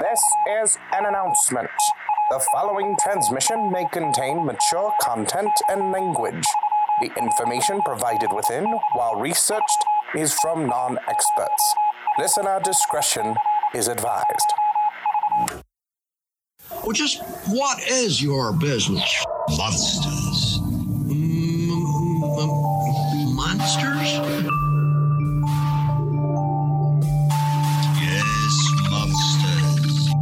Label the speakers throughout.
Speaker 1: This is an announcement. The following transmission may contain mature content and language. The information provided within, while researched, is from non experts. Listener discretion is advised.
Speaker 2: Well, just what is your business? Monsters. Mm, mm, monsters? Yes, monsters.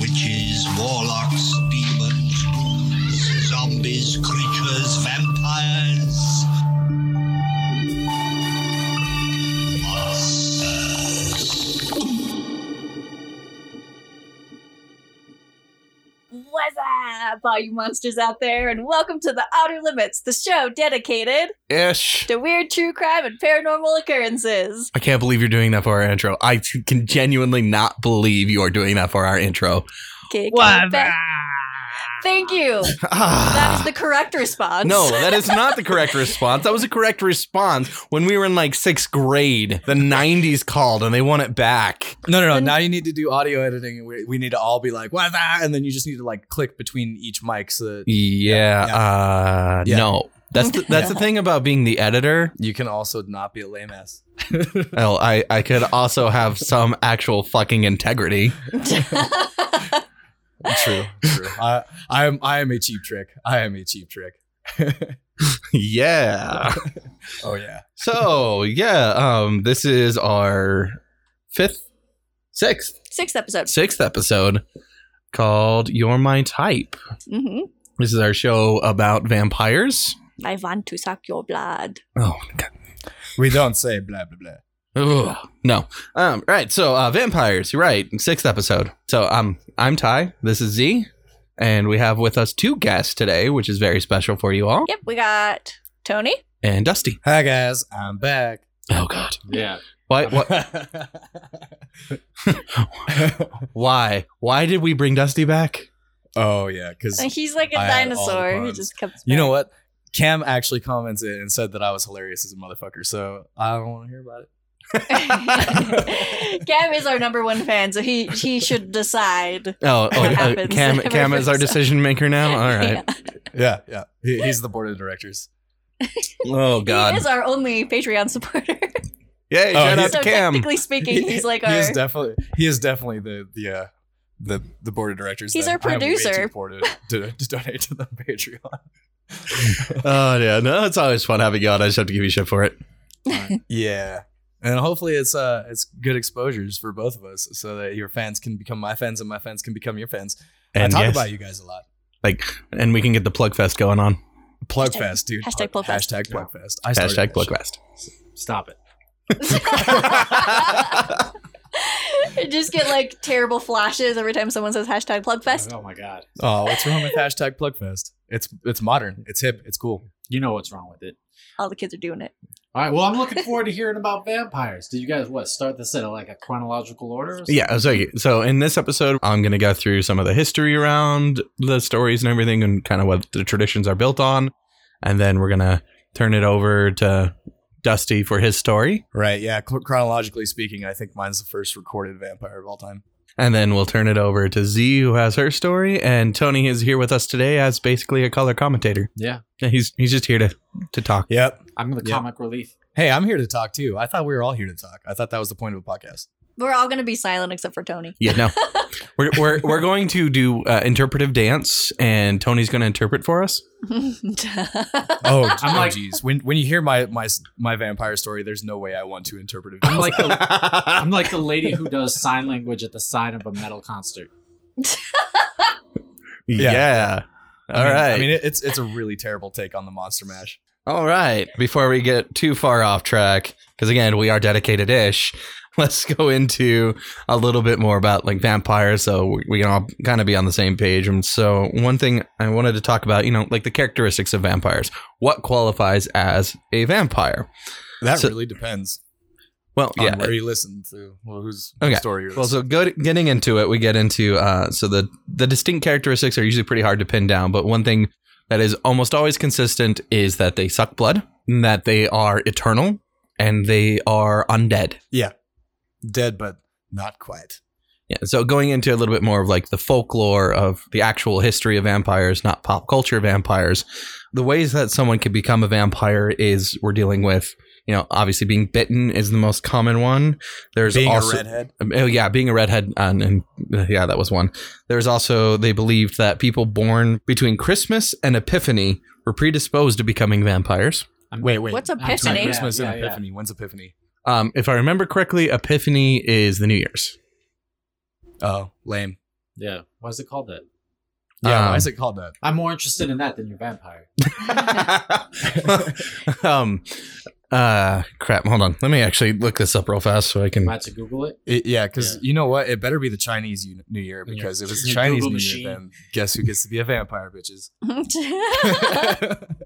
Speaker 2: Witches, warlocks, demons, ghouls, zombies, creatures, vampires.
Speaker 3: What's up, all you monsters out there, and welcome to the Outer Limits, the show dedicated
Speaker 4: ish.
Speaker 3: to weird true crime and paranormal occurrences.
Speaker 4: I can't believe you're doing that for our intro. I t- can genuinely not believe you are doing that for our intro.
Speaker 3: Kick
Speaker 5: Whatever.
Speaker 3: it back. Thank you. That is
Speaker 4: Ah,
Speaker 3: the correct response.
Speaker 4: no, that is not the correct response. That was a correct response when we were in like sixth grade. The 90s called and they want it back.
Speaker 5: No, no, no.
Speaker 3: Then-
Speaker 5: Now you need to do audio editing, and we, we need to all be like, "What's that?" And then you just need to like click between each mic so that
Speaker 4: Yeah.
Speaker 5: Yeah.
Speaker 4: Uh,
Speaker 5: Yeah.
Speaker 4: No. That's the, that's the thing about being the editor.
Speaker 5: you can also not be a lame ass.
Speaker 4: Oh, I, I could also have some actual fucking integrity.
Speaker 5: True, true. I, I am, I am a cheap trick. I am a cheap trick.
Speaker 4: Yeah.
Speaker 5: Oh yeah.
Speaker 4: So, yeah, um, this is our fifth, sixth,
Speaker 3: Sixth episode.
Speaker 4: sixth episode called You're My Type.
Speaker 3: hmm
Speaker 4: This is our show about vampires.
Speaker 3: I want to suck your blood.
Speaker 4: Oh, God.
Speaker 5: We don't say blah blah blah.
Speaker 4: Ugh. no. Um, right. So, uh, vampires, you're right. Sixth episode. So, um, I'm Ty. This is Z. And we have with us two guests today, which is very special for you all.
Speaker 3: Yep, we got Tony.
Speaker 4: And Dusty.
Speaker 5: Hi guys, I'm back.
Speaker 4: Oh, God.
Speaker 6: Yeah.
Speaker 4: Why, what, why? Why did we bring Dusty back?
Speaker 5: oh yeah, because
Speaker 3: He's like a
Speaker 5: I had all the
Speaker 3: dinosaur. He
Speaker 5: puns.
Speaker 3: just comes.
Speaker 5: you know what? Cam actually commented and said that I was hilarious as a motherfucker, so I don't want to hear about it.
Speaker 3: Cam is our number one fan, so he he should decide.
Speaker 4: Oh, oh
Speaker 3: What
Speaker 4: uh,
Speaker 3: happens
Speaker 4: Cam,
Speaker 3: every
Speaker 4: Cam is our
Speaker 3: episode.
Speaker 4: decision maker now? All right.
Speaker 5: Yeah, yeah. He, he's the board of directors.
Speaker 4: Oh,
Speaker 3: He
Speaker 4: God.
Speaker 3: is our only Patreon supporter.
Speaker 4: Yay,
Speaker 5: Oh,
Speaker 4: shout
Speaker 5: he-
Speaker 4: out
Speaker 3: so
Speaker 4: to Cam.
Speaker 3: technically speaking, he's like
Speaker 5: he
Speaker 3: our
Speaker 5: is definitely he is definitely the the uh, the the board of directors.
Speaker 3: He's
Speaker 5: then.
Speaker 3: our
Speaker 5: I am way
Speaker 3: producer.
Speaker 5: too poor to, to, to donate to the Patreon.
Speaker 4: Oh, yeah. No, it's always fun having you on. I just have to give you shit for it.
Speaker 5: yeah, and hopefully it's uh it's good exposures for both of us, so that your fans can become my fans and my fans can become your fans. I talk
Speaker 4: yes.
Speaker 5: about you guys a lot.
Speaker 4: and we can get the plug fest going on.
Speaker 5: Plug
Speaker 3: Hashtag-
Speaker 5: fest, dude.
Speaker 3: hashtag plug fest.
Speaker 5: Hashtag plug fest. I started
Speaker 4: Hashtag
Speaker 5: that
Speaker 4: plug
Speaker 5: shit.
Speaker 4: fest.
Speaker 6: Stop it.
Speaker 3: You just get like terrible flashes every time someone says hashtag plugfest.
Speaker 6: Oh my god.
Speaker 5: Oh, what's wrong with hashtag plug fest? It's it's modern. It's hip. It's cool.
Speaker 6: You know what's wrong with it.
Speaker 3: All the kids are doing it.
Speaker 6: All right. Well, I'm looking forward to hearing about vampires. Did you guys what start this in like a chronological order? or something?
Speaker 4: Yeah. So, so in this episode, I'm going to go through some of the history around the stories and everything and kind of what the traditions are built on. And then we're going to turn it over to Dusty for his story.
Speaker 5: Right. Yeah. Cl- chronologically speaking, I think mine's the first recorded vampire of all time.
Speaker 4: And then we'll turn it over to Z, who has her story. And Tony is here with us today as basically a color commentator.
Speaker 6: Yeah.
Speaker 4: Yeah, He's he's just here to, to talk.
Speaker 5: Yep.
Speaker 6: I'm the
Speaker 5: Yeah.
Speaker 6: comic relief.
Speaker 5: Hey, I'm here to talk too. I thought we were all here to talk. I thought that was the point of a podcast.
Speaker 3: We're all gonna be silent except for Tony.
Speaker 4: Yeah, no. we're, we're, we're going to do uh, interpretive dance, and Tony's going to interpret for us.
Speaker 5: Oh,
Speaker 6: I'm like-
Speaker 5: geez. When when you hear my my my vampire story, there's no way I want to interpret it.
Speaker 6: I'm like the, I'm like the lady who does sign language at the side of a metal concert.
Speaker 5: Yeah.
Speaker 4: All right.
Speaker 5: I mean, it, it's it's a really terrible take on the Monster Mash.
Speaker 4: All right. Before we get too far off track, because again, we are dedicated ish, let's go into a little bit more about like vampires so we- we can all kind of be on the same page. And so, one thing I wanted to talk about, you know, like the characteristics of vampires. What qualifies as a vampire?
Speaker 5: That
Speaker 4: So-
Speaker 5: really depends
Speaker 4: Well, um,
Speaker 5: on
Speaker 4: yeah.
Speaker 5: where you listen to, well, whose
Speaker 4: Okay.
Speaker 5: story you're
Speaker 4: Well,
Speaker 5: listening
Speaker 4: so go getting into it, we get into uh, so the the distinct characteristics are usually pretty hard to pin down, but one thing that is almost always consistent is that they suck blood. that they are eternal and they are undead.
Speaker 5: Dead, but not quite.
Speaker 4: Yeah, so going into a little bit more of like the folklore of the actual history of vampires, not pop culture vampires, the ways that someone could become a vampire is we're dealing with, you know, obviously being bitten is the most common one. There's
Speaker 5: Being
Speaker 4: also
Speaker 5: a redhead.
Speaker 4: Um, Oh yeah, being a redhead, and, and uh, yeah, that was one. There's also they believed that people born between Christmas and Epiphany were predisposed to becoming vampires.
Speaker 5: Wait, wait.
Speaker 3: What's
Speaker 6: I'm
Speaker 5: Between
Speaker 6: sorry,
Speaker 3: Epiphany?
Speaker 5: Christmas
Speaker 6: Yeah,
Speaker 5: and
Speaker 6: yeah, yeah.
Speaker 5: Epiphany. When's Epiphany?
Speaker 4: Um, if I remember correctly, Epiphany is the New Year's.
Speaker 5: Oh, lame.
Speaker 6: Yeah. Why is it called that?
Speaker 5: Yeah,
Speaker 4: Um,
Speaker 5: why is it called that?
Speaker 6: I'm more interested in that than your vampire.
Speaker 4: um, uh, crap. Hold on. Let me actually look this up real fast so I can.
Speaker 6: Am I have to Google it?
Speaker 5: It- yeah, because
Speaker 6: Yeah.
Speaker 5: you know what? It better be the Chinese U- New Year because if it's the
Speaker 6: Your
Speaker 5: Chinese
Speaker 6: Google
Speaker 5: New
Speaker 6: machine.
Speaker 5: Year, then guess who gets to be a vampire, bitches?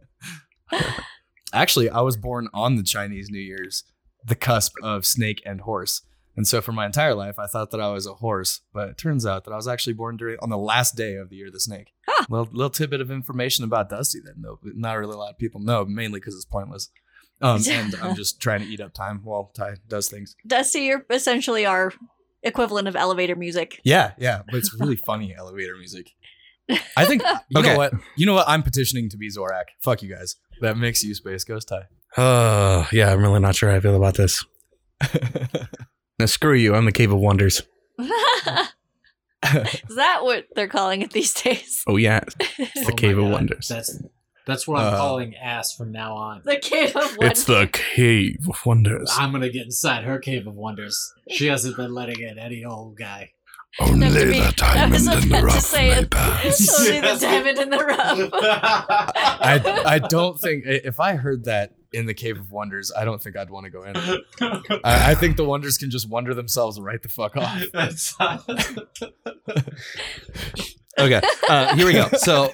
Speaker 5: Actually, I was born on the Chinese New Year's, the cusp of snake and horse. And so for my entire life, I thought that I was a horse, but it turns out that I was actually born during on the last day of the year of the snake.
Speaker 3: Huh.
Speaker 5: Little, little tidbit of information about Dusty, then though, but not really a lot of people know, mainly because it's pointless. Um, and I'm just trying to eat up time while Ty does things.
Speaker 3: Dusty, you're essentially our equivalent of elevator music.
Speaker 5: Yeah, yeah, but it's really funny elevator music. I think you
Speaker 4: Okay.
Speaker 5: know what you know what I'm petitioning to be Zorak. Fuck you guys. That makes you space ghost tie.
Speaker 4: Uh, yeah, I'm really not sure how I feel about this. Now screw you. I'm the Cave of Wonders.
Speaker 3: Is that what they're calling it these days?
Speaker 4: Oh yeah, it's the
Speaker 6: Oh my
Speaker 4: Cave of
Speaker 6: God.
Speaker 4: Wonders.
Speaker 6: That's that's what I'm
Speaker 5: Uh,
Speaker 6: calling ass from now on.
Speaker 3: The cave of one.
Speaker 4: It's the Cave of Wonders.
Speaker 6: I'm gonna get inside her cave of wonders. She hasn't been letting in any old guy.
Speaker 3: Only the diamond in the rough may pass. Only the
Speaker 6: Yes.
Speaker 3: diamond in the rough.
Speaker 5: I I don't think i- if I heard that in the Cave of Wonders, I don't think I'd want to go in. I, I think the wonders can just wonder themselves right the fuck off.
Speaker 6: That's
Speaker 4: Okay, uh, here we go. So,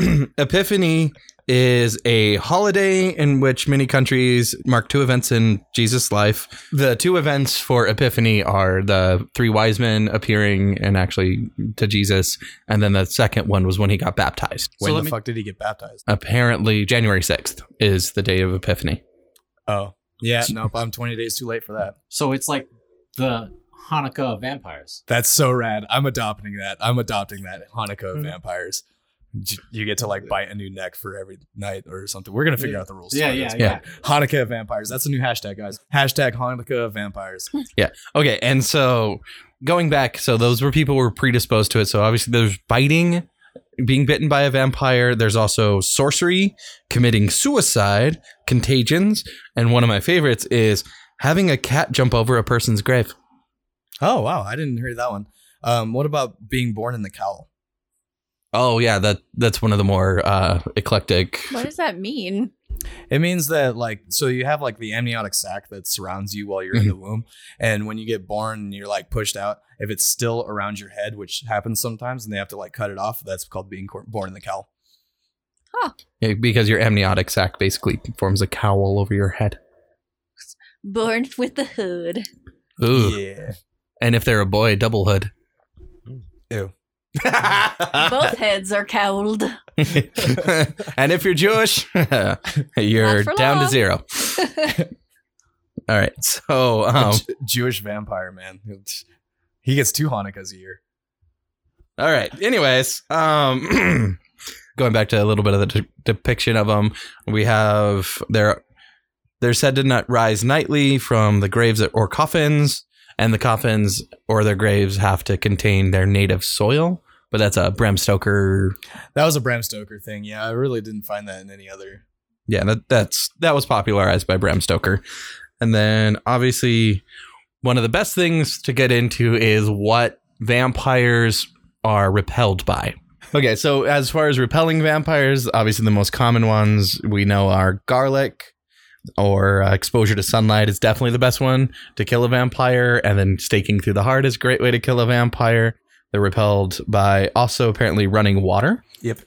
Speaker 4: Epiphany is a holiday in which many countries mark two events in Jesus' life. The two events for Epiphany are the three wise men appearing and actually to Jesus, and then the second one was when he got baptized.
Speaker 5: When
Speaker 4: When
Speaker 5: the fuck did he get baptized?
Speaker 4: apparently, January sixth is the day of Epiphany.
Speaker 5: Oh. Yeah, nope. I'm 20 days too late for that.
Speaker 6: so it's like the Hanukkah of vampires.
Speaker 5: That's so rad. I'm adopting that. I'm adopting that
Speaker 6: Mm-hmm.
Speaker 5: Hanukkah of vampires. J- You get to like bite a new neck for every night or something. We're gonna figure out the rules.
Speaker 6: Yeah,
Speaker 5: tomorrow.
Speaker 6: yeah,
Speaker 5: It's
Speaker 6: yeah.
Speaker 5: Hanukkah of vampires. That's a new hashtag, guys. Hashtag Hanukkah of vampires.
Speaker 4: Okay, and so going back, so those were people who were predisposed to it. So obviously, there's biting, being bitten by a vampire. There's also sorcery, committing suicide, contagions, and one of my favorites is having a cat jump over a person's grave.
Speaker 5: Oh wow, I didn't hear that one. Um, what about being born in the cowl?
Speaker 4: Oh yeah, that that's one of the more uh, eclectic.
Speaker 3: What does that mean?
Speaker 5: It means that like so you have like the amniotic sac that surrounds you while you're in the womb, and when you get born and you're like pushed out, if it's still around your head, which happens sometimes, and they have to like cut it off, that's called being cor- born in the cowl.
Speaker 4: Yeah, eh, Because your amniotic sac basically forms a cowl over your head.
Speaker 3: Born with the hood.
Speaker 4: Ooh,
Speaker 5: Yeah.
Speaker 4: and if they're a boy, double hood.
Speaker 5: Ew.
Speaker 3: Both heads are cowled.
Speaker 4: and if you're Jewish, you're
Speaker 3: Not for
Speaker 4: down to
Speaker 3: long.
Speaker 4: zero. All right. So, um,
Speaker 5: J- Jewish vampire man. He gets two Hanukkahs a year.
Speaker 4: all right. Anyways, um, going back to a little bit of the de- depiction of them, we have they're they're said to not rise nightly from the graves or coffins, and the coffins or their graves have to contain their native soil. But that's a Bram Stoker.
Speaker 5: That was a Bram Stoker thing. Yeah, I really didn't find that in any other.
Speaker 4: Yeah, that that's that was popularized by Bram Stoker. And then obviously one of the best things to get into is what vampires are repelled by. Okay, so as far as repelling vampires, obviously the most common ones we know are garlic or uh, exposure to sunlight is definitely the best one to kill a vampire and then staking through the heart is a great way to kill a vampire. They're repelled by also apparently running water
Speaker 5: Yep.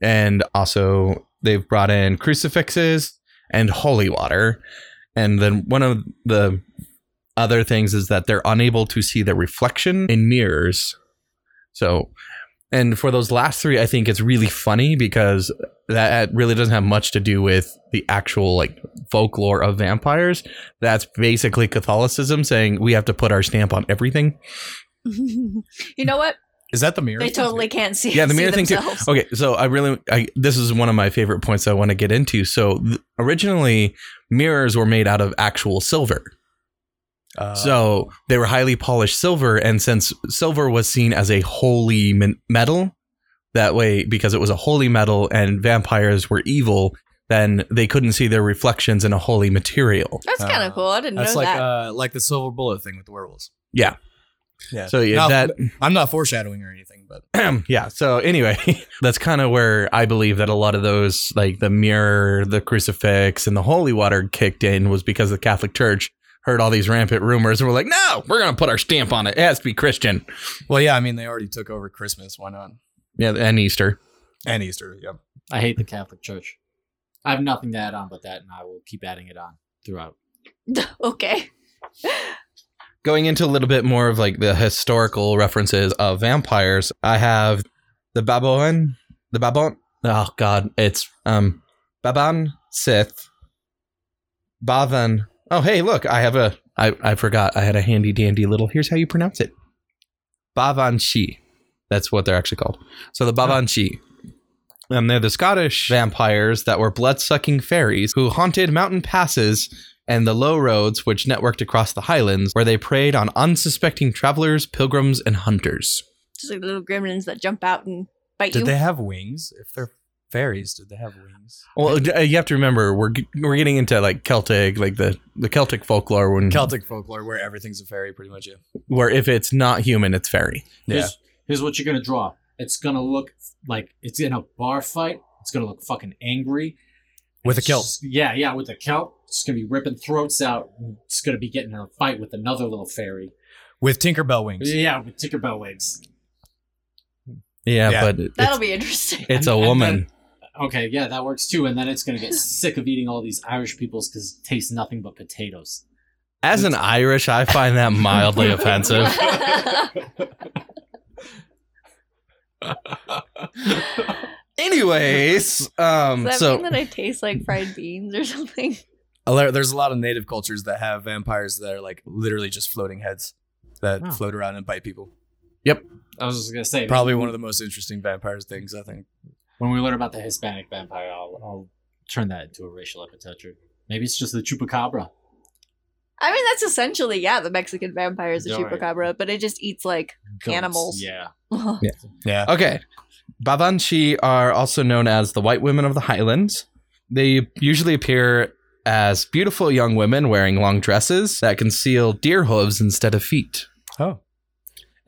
Speaker 4: and also they've brought in crucifixes and holy water. And then one of the other things is that they're unable to see their reflection in mirrors. So And for those last three, I think it's really funny because that really doesn't have much to do with the actual like folklore of vampires. That's basically Catholicism saying we have to put our stamp on everything.
Speaker 3: you know what?
Speaker 5: Is that the mirror?
Speaker 3: They
Speaker 5: thing,
Speaker 3: totally
Speaker 5: too?
Speaker 3: can't see.
Speaker 4: Yeah, the main
Speaker 3: see
Speaker 4: thing too.
Speaker 3: themselves.
Speaker 4: Okay, so I really I, this is one of my favorite points I want to get into. So th- originally mirrors were made out of actual silver.
Speaker 5: Uh,
Speaker 4: So they were highly polished silver, and since silver was seen as a holy min- metal, that way because it was a holy metal and vampires were evil, then they couldn't see their reflections in a holy material.
Speaker 3: That's kind
Speaker 5: Uh,
Speaker 3: of cool. I didn't
Speaker 5: that's
Speaker 3: know
Speaker 5: like
Speaker 3: that.
Speaker 5: uh, like the silver bullet thing with the werewolves.
Speaker 4: Yeah.
Speaker 5: Yeah.
Speaker 4: So yeah,
Speaker 5: Now,
Speaker 4: that
Speaker 5: I'm not foreshadowing or anything, but
Speaker 4: yeah. So anyway, that's kind of where I believe that a lot of those, like the mirror, the crucifix, and the holy water kicked in was because the Catholic Church heard all these rampant rumors and were like, no, we're going to put our stamp on it. It has to be Christian.
Speaker 5: well, yeah. I mean, they already took over Christmas. Why not?
Speaker 4: Yeah. And Easter.
Speaker 5: And Easter. Yep.
Speaker 6: I hate the Catholic Church. I have nothing to add on but that, and I will keep adding it on throughout.
Speaker 3: okay.
Speaker 4: Going into a little bit more of like the historical references of vampires, I have the Babon, the Babon. Oh God, it's um Baban Sith, Bavan. Oh hey, look, I have a. I I forgot. I had a handy dandy little. Here's how you pronounce it. Bavanshi. That's what they're actually called. So the Bavanshi. And they're the Scottish vampires that were blood sucking fairies who haunted mountain passes and the low roads which networked across the highlands, where they preyed on unsuspecting travelers, pilgrims, and hunters.
Speaker 3: Just like little gremlins that jump out and bite
Speaker 5: Did
Speaker 3: you.
Speaker 5: they have wings? If they're fairies, did they have wings?
Speaker 4: Well, d- uh, you have to remember we're g- we're getting into like Celtic, like the, the Celtic folklore when
Speaker 5: Celtic folklore, where everything's a fairy, pretty much. Yeah.
Speaker 4: where if it's not human, it's fairy.
Speaker 6: Here's, here's what you're gonna draw. It's gonna look like it's in a bar fight. It's gonna look fucking angry.
Speaker 5: With a
Speaker 6: It's
Speaker 5: kilt.
Speaker 6: just- yeah, yeah, with a kilt. It's gonna be ripping throats out. It's gonna be getting in a fight with another little fairy.
Speaker 5: With Tinkerbell wings.
Speaker 6: Yeah, with Tinkerbell wings.
Speaker 4: Yeah,
Speaker 5: Yeah.
Speaker 4: but it-
Speaker 3: That'll
Speaker 4: it's,
Speaker 3: be interesting.
Speaker 4: it's a
Speaker 6: And- and
Speaker 4: woman.
Speaker 6: Okay, yeah, that works too. And then it's gonna get sick of eating all these Irish peoples because it tastes nothing but potatoes.
Speaker 4: As an Irish, I find that mildly offensive. Anyways,
Speaker 3: Does
Speaker 4: um,
Speaker 3: that
Speaker 4: so
Speaker 3: mean that I taste like fried beans or something?
Speaker 5: A lot- There's a lot of native cultures that have vampires that are like literally just floating heads that
Speaker 6: Oh.
Speaker 5: float around and bite people.
Speaker 6: I was just gonna say
Speaker 5: Probably one of the most interesting vampire things, I think.
Speaker 6: When we learn about the Hispanic vampire, I'll, I'll turn that into a racial epithet. or Maybe it's just the chupacabra.
Speaker 3: I mean, that's essentially yeah. The Mexican vampire is a
Speaker 6: Yeah, right.
Speaker 3: chupacabra, but it just eats like
Speaker 6: Goats.
Speaker 3: Animals.
Speaker 6: Yeah.
Speaker 5: Yeah.
Speaker 4: Okay. Babanchi are also known as the white women of the highlands. They usually appear as beautiful young women wearing long dresses that conceal deer hooves instead of feet.
Speaker 5: Oh.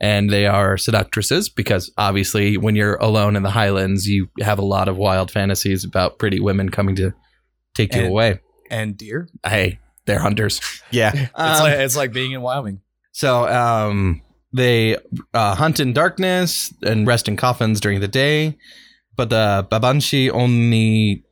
Speaker 4: And they are seductresses because obviously, when you're alone in the highlands, you have a lot of wild fantasies about pretty women coming to take you
Speaker 5: And-
Speaker 4: away.
Speaker 5: And deer.
Speaker 4: Hey, they're hunters. Yeah.
Speaker 5: it's, like,
Speaker 3: Um,
Speaker 5: it's like being in Wyoming.
Speaker 4: So um, they uh, hunt in darkness and rest in coffins during the day, but the babanshi only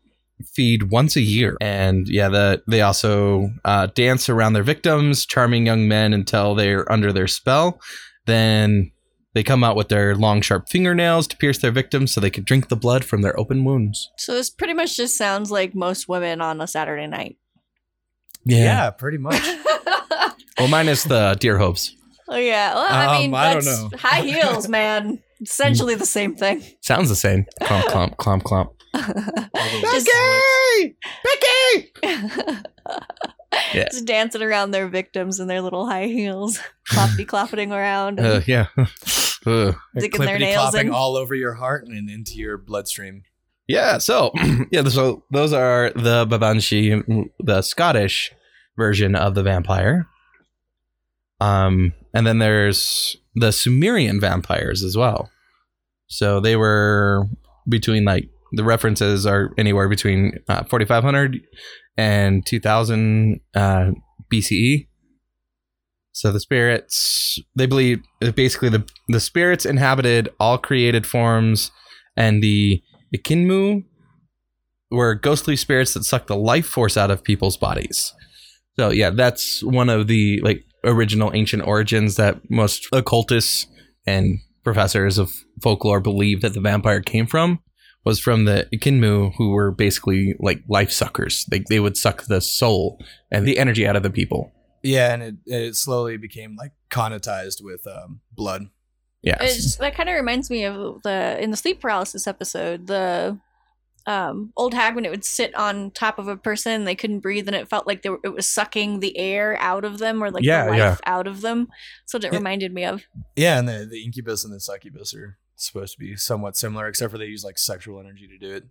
Speaker 4: feed once a year. And yeah, the, they also uh, dance around their victims, charming young men until they're under their spell. Then they come out with their long, sharp fingernails to pierce their victims so they could drink the blood from their open wounds.
Speaker 3: So this pretty much just sounds like most women on a Saturday night.
Speaker 5: Yeah, pretty much.
Speaker 3: oh
Speaker 4: Well, minus the deer hopes.
Speaker 3: yeah. Well, I
Speaker 5: Um,
Speaker 3: mean,
Speaker 5: I don't
Speaker 3: that's-
Speaker 5: know.
Speaker 3: high heels, man. Essentially the same thing.
Speaker 4: Sounds the same. Clomp, clomp, clomp, clomp.
Speaker 3: Just-
Speaker 4: Becky! Becky!
Speaker 3: Just dancing around their victims in their little high heels, cloppity cloppeting around.
Speaker 4: Uh, yeah. Uh, Ugh.
Speaker 3: Digging their nails
Speaker 5: Clippity-clopping
Speaker 3: in.
Speaker 5: all over your heart and into your bloodstream.
Speaker 4: Yeah. So yeah. So those are the Babanshi, the Scottish version of the vampire. Um, and then there's the Sumerian vampires as well. So they were between like the references are anywhere between uh, 4500 and 2000 uh, BCE. So the spirits they believe basically the the spirits inhabited all created forms and the Ikinmu were ghostly spirits that suck the life force out of people's bodies. So yeah, that's one of the like original ancient origins that most occultists and professors of folklore believe that the vampire came from was from the Ikinmu, who were basically like life suckers. They, they would suck the soul and the energy out of the people.
Speaker 5: Yeah, and it, it slowly became like connotized with um, blood.
Speaker 4: Yes.
Speaker 3: It's, that kind of reminds me of the in the sleep paralysis episode, the um, old hag when it would sit on top of a person, they couldn't breathe, and it felt like they were, it was sucking the air out of them or like
Speaker 4: Yeah,
Speaker 3: the life
Speaker 4: yeah.
Speaker 3: out of them. So it
Speaker 5: Yeah.
Speaker 3: reminded me of.
Speaker 5: Yeah, and the, the incubus and the succubus are supposed to be somewhat similar, except for they use like sexual energy to do it.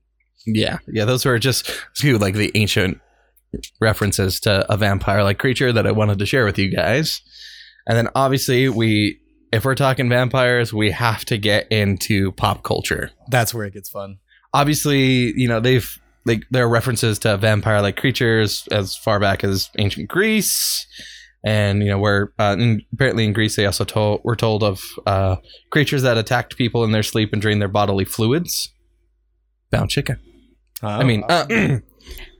Speaker 4: Yeah, yeah, those were just two like the ancient references to a vampire-like creature that I wanted to share with you guys. And then obviously we if we're talking vampires, we have to get into pop culture.
Speaker 5: That's where it gets fun.
Speaker 4: Obviously, you know, they've like there are references to vampire-like creatures as far back as ancient Greece. And you know, where uh, and apparently in Greece they also told were told of uh, creatures that attacked people in their sleep and drained their bodily fluids. Bound chicken. I mean, uh,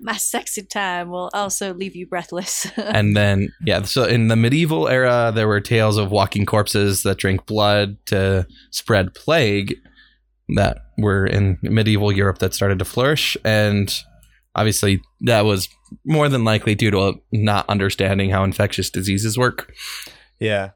Speaker 3: My sexy time will also leave you breathless.
Speaker 4: and then yeah so in the medieval era there were tales of walking corpses that drink blood to spread plague that were in medieval europe that started to flourish and obviously that was more than likely due to not understanding how infectious diseases work
Speaker 5: yeah,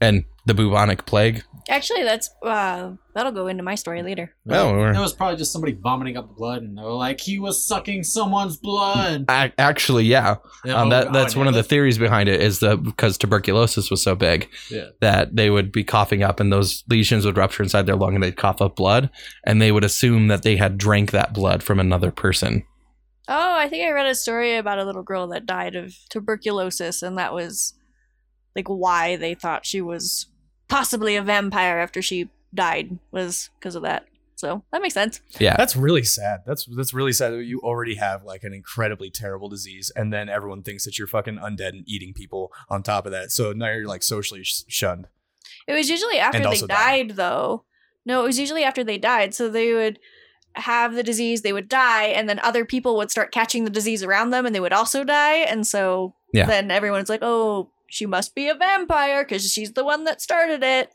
Speaker 4: and the bubonic plague
Speaker 3: Actually, that's uh, that'll go into my story later.
Speaker 4: well
Speaker 6: That
Speaker 4: we're,
Speaker 6: was probably just somebody vomiting up blood, and they were like, "He was sucking someone's blood." Oh,
Speaker 4: ac- actually yeah um, that, that's one of the theories behind it is that because tuberculosis was so big
Speaker 6: Yeah.
Speaker 4: that they would be coughing up and those lesions would rupture inside their lung and they'd cough up blood and they would assume that they had drank that blood from another person
Speaker 3: Oh, I think I read a story about a little girl that died of tuberculosis, and that was like why they thought she was possibly a vampire after she died was because of that. So that makes sense.
Speaker 4: yeah
Speaker 5: that's really sad. That's that's really sad. that You already have like an incredibly terrible disease, and then everyone thinks that you're fucking undead and eating people on top of that. So now you're like socially sh- shunned.
Speaker 3: It was usually after
Speaker 5: And
Speaker 3: they
Speaker 5: also
Speaker 3: died,
Speaker 5: died.
Speaker 3: though. No, it was usually after they died. So they would have the disease, they would die, and then other people would start catching the disease around them, and they would also die. And so
Speaker 4: Yeah.
Speaker 3: then everyone's like, "Oh, she must be a vampire because she's the one that started it."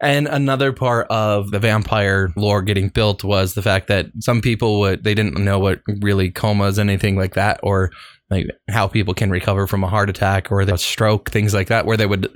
Speaker 4: and another part of the vampire lore getting built was the fact that some people would they didn't know what really comas anything like that or like how people can recover from a heart attack or a stroke things like that where they would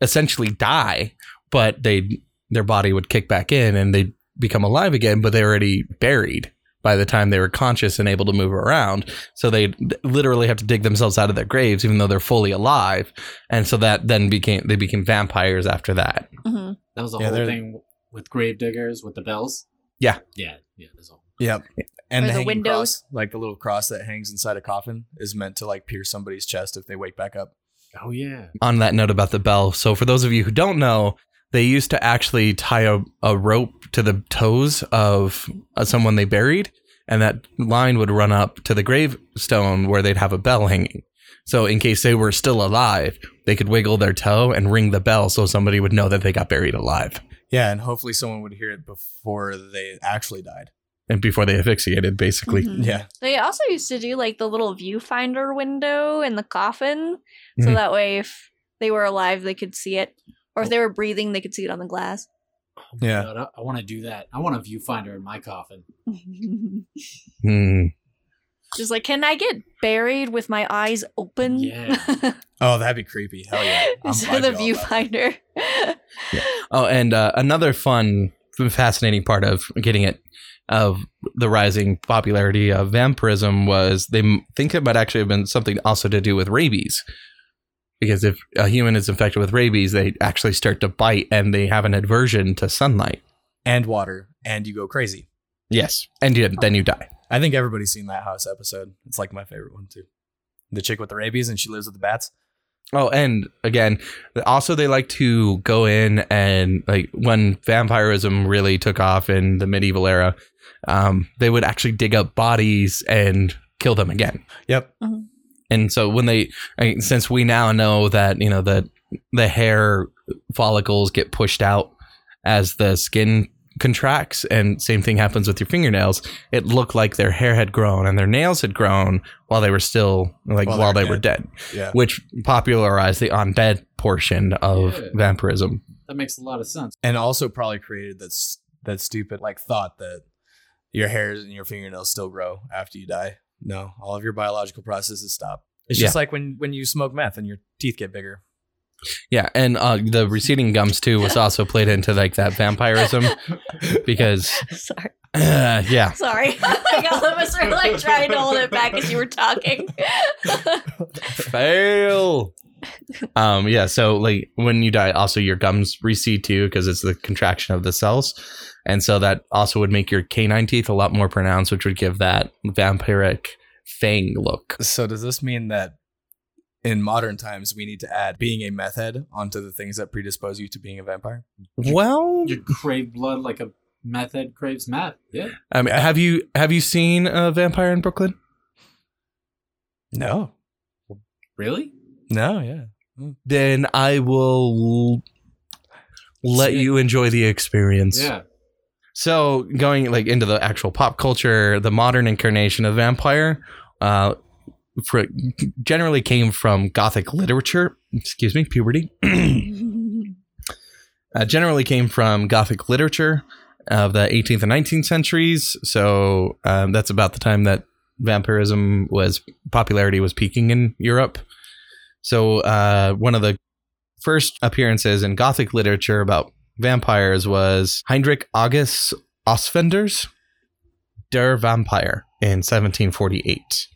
Speaker 4: essentially die but they their body would kick back in and they'd become alive again but they're already buried by the time they were conscious and able to move around so they literally have to dig themselves out of their graves even though they're fully alive and so that then became they became vampires after that
Speaker 3: hmm
Speaker 6: that was the
Speaker 5: Yeah,
Speaker 6: whole
Speaker 5: they're-
Speaker 6: thing with grave diggers with the bells.
Speaker 4: Yeah.
Speaker 6: yeah, yeah. There's all.
Speaker 5: Yep. And
Speaker 3: Or
Speaker 5: the,
Speaker 3: the
Speaker 5: hanging
Speaker 3: windows.
Speaker 5: cross, like the little cross that hangs inside a coffin, is meant to like pierce somebody's chest if they wake back up.
Speaker 6: Oh yeah.
Speaker 4: on that note about the bell. So for those of you who don't know, they used to actually tie a, a rope to the toes of uh, someone they buried, and that line would run up to the gravestone where they'd have a bell hanging. So in case they were still alive, they could wiggle their toe and ring the bell so somebody would know that they got buried alive
Speaker 5: Yeah, and hopefully someone would hear it before they actually died.
Speaker 4: and before they asphyxiated basically.
Speaker 5: Yeah.
Speaker 3: They also used to do like the little viewfinder window in the coffin, so
Speaker 5: Mm-hmm.
Speaker 4: Mhm.
Speaker 3: that way if they were alive, they could see it, or if they were breathing, they could see it on the glass.
Speaker 5: Yeah.
Speaker 6: God, I, I want to do that. I want a viewfinder in my coffin.
Speaker 4: Hmm.
Speaker 3: Just like, can I get buried with my eyes open?
Speaker 6: Yeah.
Speaker 5: Oh, that'd be creepy. Hell yeah. I'm-
Speaker 3: Instead
Speaker 5: I'd
Speaker 3: of
Speaker 5: be
Speaker 3: the
Speaker 5: all about it.
Speaker 3: viewfinder.
Speaker 4: Oh, and uh, another fun, fascinating part of getting it of the rising popularity of vampirism was they m- think it might actually have been something also to do with rabies. Because if a human is infected with rabies, they actually start to bite and they have an aversion to sunlight.
Speaker 5: And water, and you go crazy.
Speaker 4: Yes. And you, then you die.
Speaker 5: I think everybody's seen that house episode. It's like my favorite one too. The chick with the rabies and she lives with the bats.
Speaker 4: Oh, and again, also they like to go in and like when vampirism really took off in the medieval era, um, they would actually dig up bodies and kill them again.
Speaker 5: Yep.
Speaker 4: and so when they I, since we now know that you know that the hair follicles get pushed out as the skin contracts and same thing happens with your fingernails it looked like their hair had grown and their nails had grown while they were still like
Speaker 5: While
Speaker 4: while,
Speaker 5: they
Speaker 4: they
Speaker 5: were
Speaker 4: were dead
Speaker 5: Yeah.
Speaker 4: which popularized the undead portion of
Speaker 6: Yeah.
Speaker 4: vampirism
Speaker 6: That makes a lot of sense.
Speaker 5: and also probably created that s- that stupid like thought that your hairs and your fingernails still grow after you die. No, all of your biological processes stop. It's just like when when you smoke meth and your teeth get bigger.
Speaker 4: yeah and uh, the receding gums too was also played into like that vampirism because
Speaker 3: Sorry.
Speaker 4: uh, yeah
Speaker 3: Sorry. like all of us were like trying to hold it back as you were talking.
Speaker 4: fail. um, yeah. So like when you die, also your gums recede too because it's the contraction of the cells, and so that also would make your canine teeth a lot more pronounced, which would give that vampiric fang look.
Speaker 5: So does this mean that in modern times we need to add being a meth head onto the things that predispose you to being a vampire?
Speaker 4: Well,
Speaker 6: You crave blood like a meth head craves meth. Yeah.
Speaker 4: I mean, have you have you seen a vampire in Brooklyn?
Speaker 5: No.
Speaker 6: Really?
Speaker 5: No, yeah.
Speaker 4: Then I will let you enjoy the experience.
Speaker 6: Yeah.
Speaker 4: So going like into the actual pop culture, the modern incarnation of vampire, uh, for, generally came from Gothic literature. Excuse me, puberty. uh, generally came from Gothic literature of the 18th and 19th centuries. So um, that's about the time that vampirism was popularity was peaking in Europe. So uh, one of the first appearances in Gothic literature about vampires was Heinrich August Osfender's Der Vampire in 1748.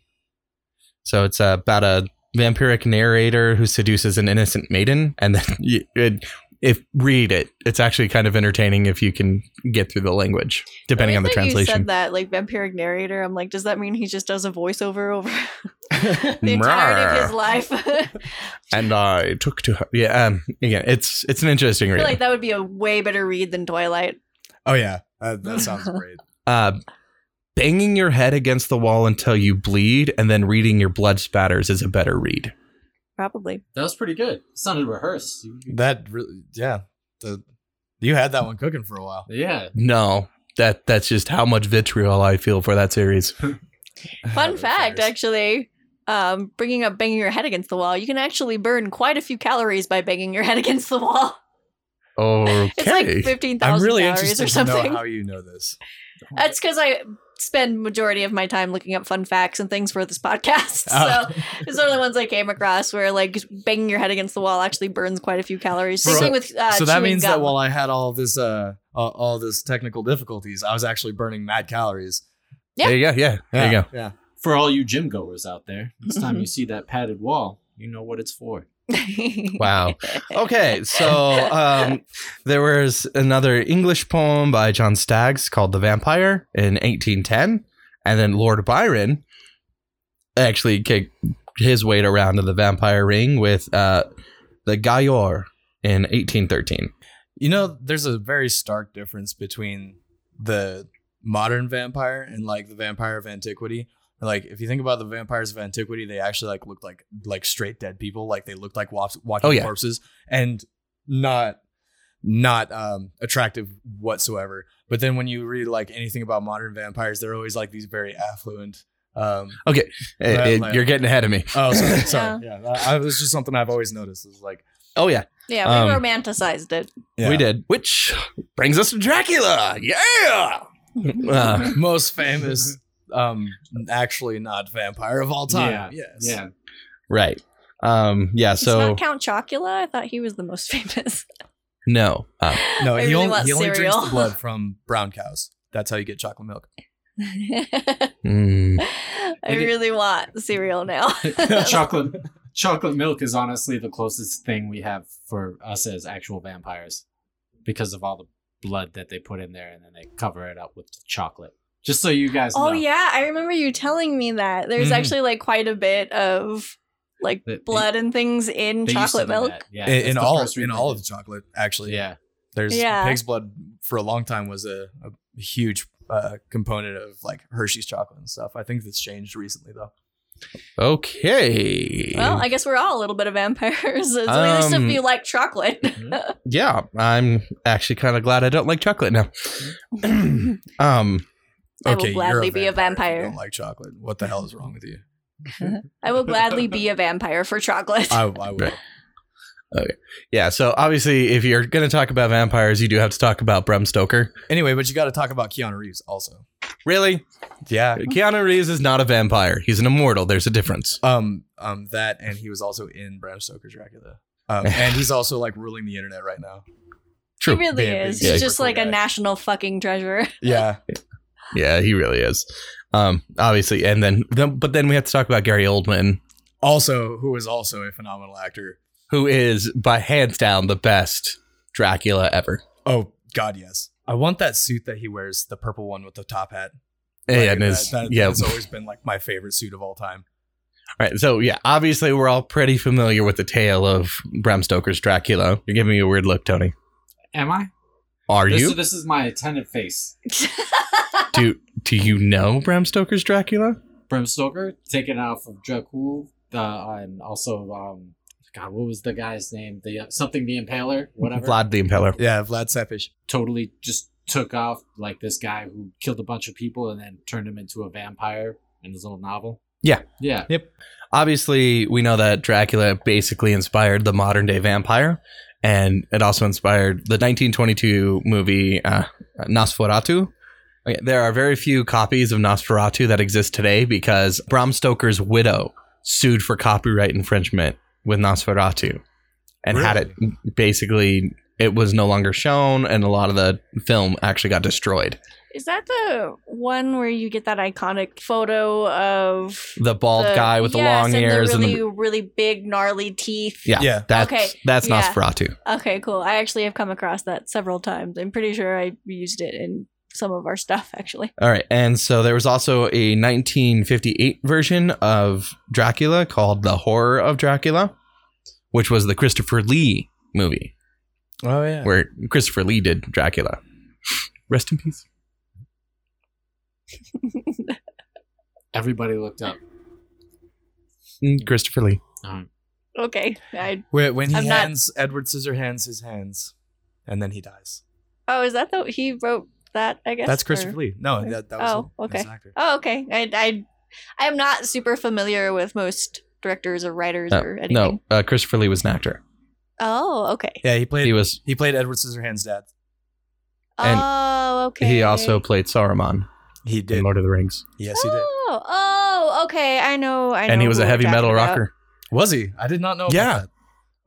Speaker 4: So it's uh, about a vampiric narrator who seduces an innocent maiden, and then you, it, if read it, it's actually kind of entertaining if you can get through the language, depending on the
Speaker 3: Everything You
Speaker 4: translation.
Speaker 3: said that like vampiric narrator. I'm like, does that mean he just does a voiceover over the entirety of his
Speaker 4: Mrrr.
Speaker 3: life? I
Speaker 4: And I took to her. Yeah, um, again, it's it's an interesting read.
Speaker 3: feel like that would be a way better read than Twilight.
Speaker 5: Oh yeah. Uh, that sounds great.
Speaker 4: uh, banging your head against the wall until you bleed and then reading your blood spatters is a better read.
Speaker 3: Probably.
Speaker 6: That was pretty good. sounded rehearsed. You- you-
Speaker 5: That really yeah. The, you had that one cooking for a while.
Speaker 6: Yeah.
Speaker 4: No, that that's just how much vitriol I feel for that series.
Speaker 3: Fun fact,
Speaker 5: Vampires.
Speaker 3: actually. Um, bringing up banging your head against the wall, you can actually burn quite a few calories by banging your head against the wall.
Speaker 4: Okay.
Speaker 3: It's like fifteen thousand calories or something.
Speaker 5: know how you know this.
Speaker 3: That's because I spend majority of my time looking up fun facts and things for this podcast.
Speaker 5: Oh.
Speaker 3: So it's one of the ones I came across where like banging your head against the wall actually burns quite a few calories. Same
Speaker 5: Bro.
Speaker 3: thing with uh,
Speaker 5: so that
Speaker 3: chewing
Speaker 5: means that
Speaker 3: gum.
Speaker 5: while I had all this uh all, all this technical difficulties, I was actually burning mad calories.
Speaker 3: Yeah.
Speaker 4: There you go. Yeah, there you go.
Speaker 5: Yeah.
Speaker 6: For all you gym goers out there, next time you see that padded wall, you know what it's for.
Speaker 4: Wow. Okay, so um, there was another English poem by John Staggs called "The Vampire" in 1810, and then Lord Byron actually kicked his weight around in the vampire ring with uh, the Gaillard in 1813.
Speaker 5: You know, there's a very stark difference between the modern vampire and like the vampire of antiquity. Like if you think about the vampires of antiquity, they actually like looked like like straight dead people, like they looked like walk- walking
Speaker 4: Oh, yeah.
Speaker 5: corpses and not not um attractive whatsoever. But then when you read like anything about modern vampires, they're always like these very affluent um
Speaker 4: Eh,
Speaker 5: Well,
Speaker 4: eh,
Speaker 5: like-
Speaker 4: you're getting ahead of me.
Speaker 5: Oh, sorry. sorry. Yeah, that, I, was just something I've always noticed. Is like,
Speaker 4: Oh yeah,
Speaker 3: Yeah, we
Speaker 4: Um,
Speaker 3: romanticized it.
Speaker 5: Yeah.
Speaker 4: we did. Which brings us to Dracula. Yeah. Uh,
Speaker 5: most famous, um, actually not vampire of all time.
Speaker 6: Yeah.
Speaker 5: Yes.
Speaker 6: Yeah.
Speaker 4: right. Um. Yeah.
Speaker 3: So
Speaker 4: So
Speaker 3: not Count Chocula. I thought he was the most famous.
Speaker 4: no. Uh,
Speaker 5: No,
Speaker 3: I
Speaker 5: he
Speaker 3: really
Speaker 5: only,
Speaker 3: want
Speaker 5: he only drinks
Speaker 3: cereal.
Speaker 5: the blood from brown cows. That's how you get chocolate milk.
Speaker 4: mm,
Speaker 3: I really want cereal now.
Speaker 6: chocolate chocolate milk is honestly the closest thing we have for us as actual vampires because of all the blood that they put in there and then they cover it up with chocolate. Just so you guys know.
Speaker 3: oh yeah, I remember you telling me that. There's
Speaker 4: Mhm.
Speaker 3: actually like quite a bit of like
Speaker 6: They- they-
Speaker 3: blood and things in
Speaker 6: they used to
Speaker 3: chocolate
Speaker 6: do
Speaker 3: milk.
Speaker 6: that. Yeah.
Speaker 5: In,
Speaker 6: that's
Speaker 5: in
Speaker 6: the
Speaker 5: all,
Speaker 6: first
Speaker 5: in
Speaker 6: reason.
Speaker 5: all of the chocolate, actually.
Speaker 6: Yeah.
Speaker 5: There's
Speaker 3: Yeah.
Speaker 5: pig's blood for a long time was a, a huge uh, component of like Hershey's chocolate and stuff. I think that's changed recently though.
Speaker 4: Okay.
Speaker 3: Well, I guess we're all a little bit of vampires. It's at least if
Speaker 4: Um,
Speaker 3: you like chocolate.
Speaker 4: yeah, I'm actually kind of glad I don't like chocolate now. um,
Speaker 3: I will
Speaker 5: okay,
Speaker 3: gladly
Speaker 5: you're
Speaker 3: be a
Speaker 5: if you
Speaker 3: vampire.
Speaker 5: don't like chocolate. What the hell is wrong with you?
Speaker 3: I will gladly be a vampire for chocolate.
Speaker 5: I, I would.
Speaker 4: Right. yeah, so obviously, if you're going to talk about vampires, you do have to talk about Bram Stoker.
Speaker 5: Anyway, but you got to talk about Keanu Reeves also.
Speaker 4: Really?
Speaker 5: Yeah.
Speaker 4: Keanu Reeves is not a vampire. He's an immortal. There's a difference.
Speaker 5: Um, um, that, and he was also in Bram Stoker's Dracula. Um, and he's also like ruling the internet right now.
Speaker 4: True.
Speaker 3: He really
Speaker 5: Yeah,
Speaker 3: is.
Speaker 5: yeah,
Speaker 3: He's
Speaker 5: he's
Speaker 3: just
Speaker 5: a cool
Speaker 3: like a
Speaker 5: guy.
Speaker 3: national fucking treasure.
Speaker 5: Yeah.
Speaker 4: Yeah, he really is. Um, obviously, and then, then, but then we have to talk about Gary Oldman,
Speaker 5: Also, who is also a phenomenal actor.
Speaker 4: who is by hands down the best Dracula ever.
Speaker 5: Oh God, yes. I want that suit that he wears, the purple one with the top hat.
Speaker 4: Yeah,
Speaker 5: Like,
Speaker 4: and is,
Speaker 5: that, that-
Speaker 4: yeah.
Speaker 5: that's always been like my favorite suit of all time.
Speaker 4: Right. So yeah, obviously we're all pretty familiar with the tale of Bram Stoker's Dracula. You're giving me a weird look, Tony.
Speaker 6: Am I?
Speaker 4: Are
Speaker 6: this,
Speaker 4: you?
Speaker 6: This is my attentive face.
Speaker 4: do Do you know Bram Stoker's Dracula?
Speaker 6: Bram Stoker, taken out from Dracul, uh, and also, um, God, what was the guy's name? The uh, something the Impaler, whatever.
Speaker 4: Vlad the Impaler.
Speaker 5: Yeah, Vlad Sepish.
Speaker 6: Totally just took off like this guy who killed a bunch of people and then turned him into a vampire in his little novel.
Speaker 4: Yeah.
Speaker 6: Yeah.
Speaker 4: Obviously, we know that Dracula basically inspired the modern day vampire, and it also inspired the 1922 movie uh, Nosferatu. Okay, There are very few copies of Nosferatu that exist today because Bram Stoker's widow sued for copyright infringement with Nosferatu and had it basically, it was no longer shown, and a lot of the film actually got destroyed.
Speaker 3: Is that the one where you get that iconic photo of
Speaker 4: The bald
Speaker 3: the-
Speaker 4: guy with the
Speaker 3: yes,
Speaker 4: long ears
Speaker 3: and
Speaker 4: and
Speaker 3: the
Speaker 4: the.
Speaker 3: really really big gnarly teeth?
Speaker 4: yeah,
Speaker 5: Yeah.
Speaker 4: that's
Speaker 3: Okay,
Speaker 4: that's
Speaker 3: yeah.
Speaker 4: Nosferatu.
Speaker 3: Okay, cool. I actually have come across that several times. I'm pretty sure I used it in some of our stuff actually.
Speaker 4: All right. And so there was also a 1958 version of Dracula called The Horror of Dracula, which was the Christopher Lee movie
Speaker 5: Oh yeah.
Speaker 4: where Christopher Lee did Dracula. Rest in peace.
Speaker 6: Everybody looked up.
Speaker 4: Mm, Christopher Lee.
Speaker 6: Um,
Speaker 3: Okay. I
Speaker 5: When, when he
Speaker 3: I'm not-
Speaker 5: hands Edward Scissorhands his hands, and then he dies.
Speaker 3: Oh, is that the he wrote that, I guess?
Speaker 5: That's
Speaker 3: or-
Speaker 5: Christopher Lee. No, that, that was
Speaker 3: Oh,
Speaker 5: him. That's
Speaker 3: okay.
Speaker 5: an actor.
Speaker 3: Oh, okay. I I I am not super familiar with most directors or writers
Speaker 4: No,
Speaker 3: or anything.
Speaker 4: No, uh, Christopher Lee was an actor.
Speaker 3: Oh, okay.
Speaker 5: Yeah, he played
Speaker 4: He
Speaker 5: he,
Speaker 4: was.
Speaker 5: played Edward Scissorhands' dad.
Speaker 4: And
Speaker 3: oh, okay.
Speaker 4: He also played Sauron
Speaker 5: He
Speaker 4: in
Speaker 5: did.
Speaker 4: Lord of the Rings,
Speaker 5: Yes, he did.
Speaker 3: Oh, oh, okay. I know. I know.
Speaker 4: and he was
Speaker 3: who
Speaker 4: a
Speaker 3: we're
Speaker 4: heavy
Speaker 3: talking
Speaker 4: metal
Speaker 3: about.
Speaker 4: rocker.
Speaker 5: Was he? I did not know. about
Speaker 4: Yeah.
Speaker 5: that.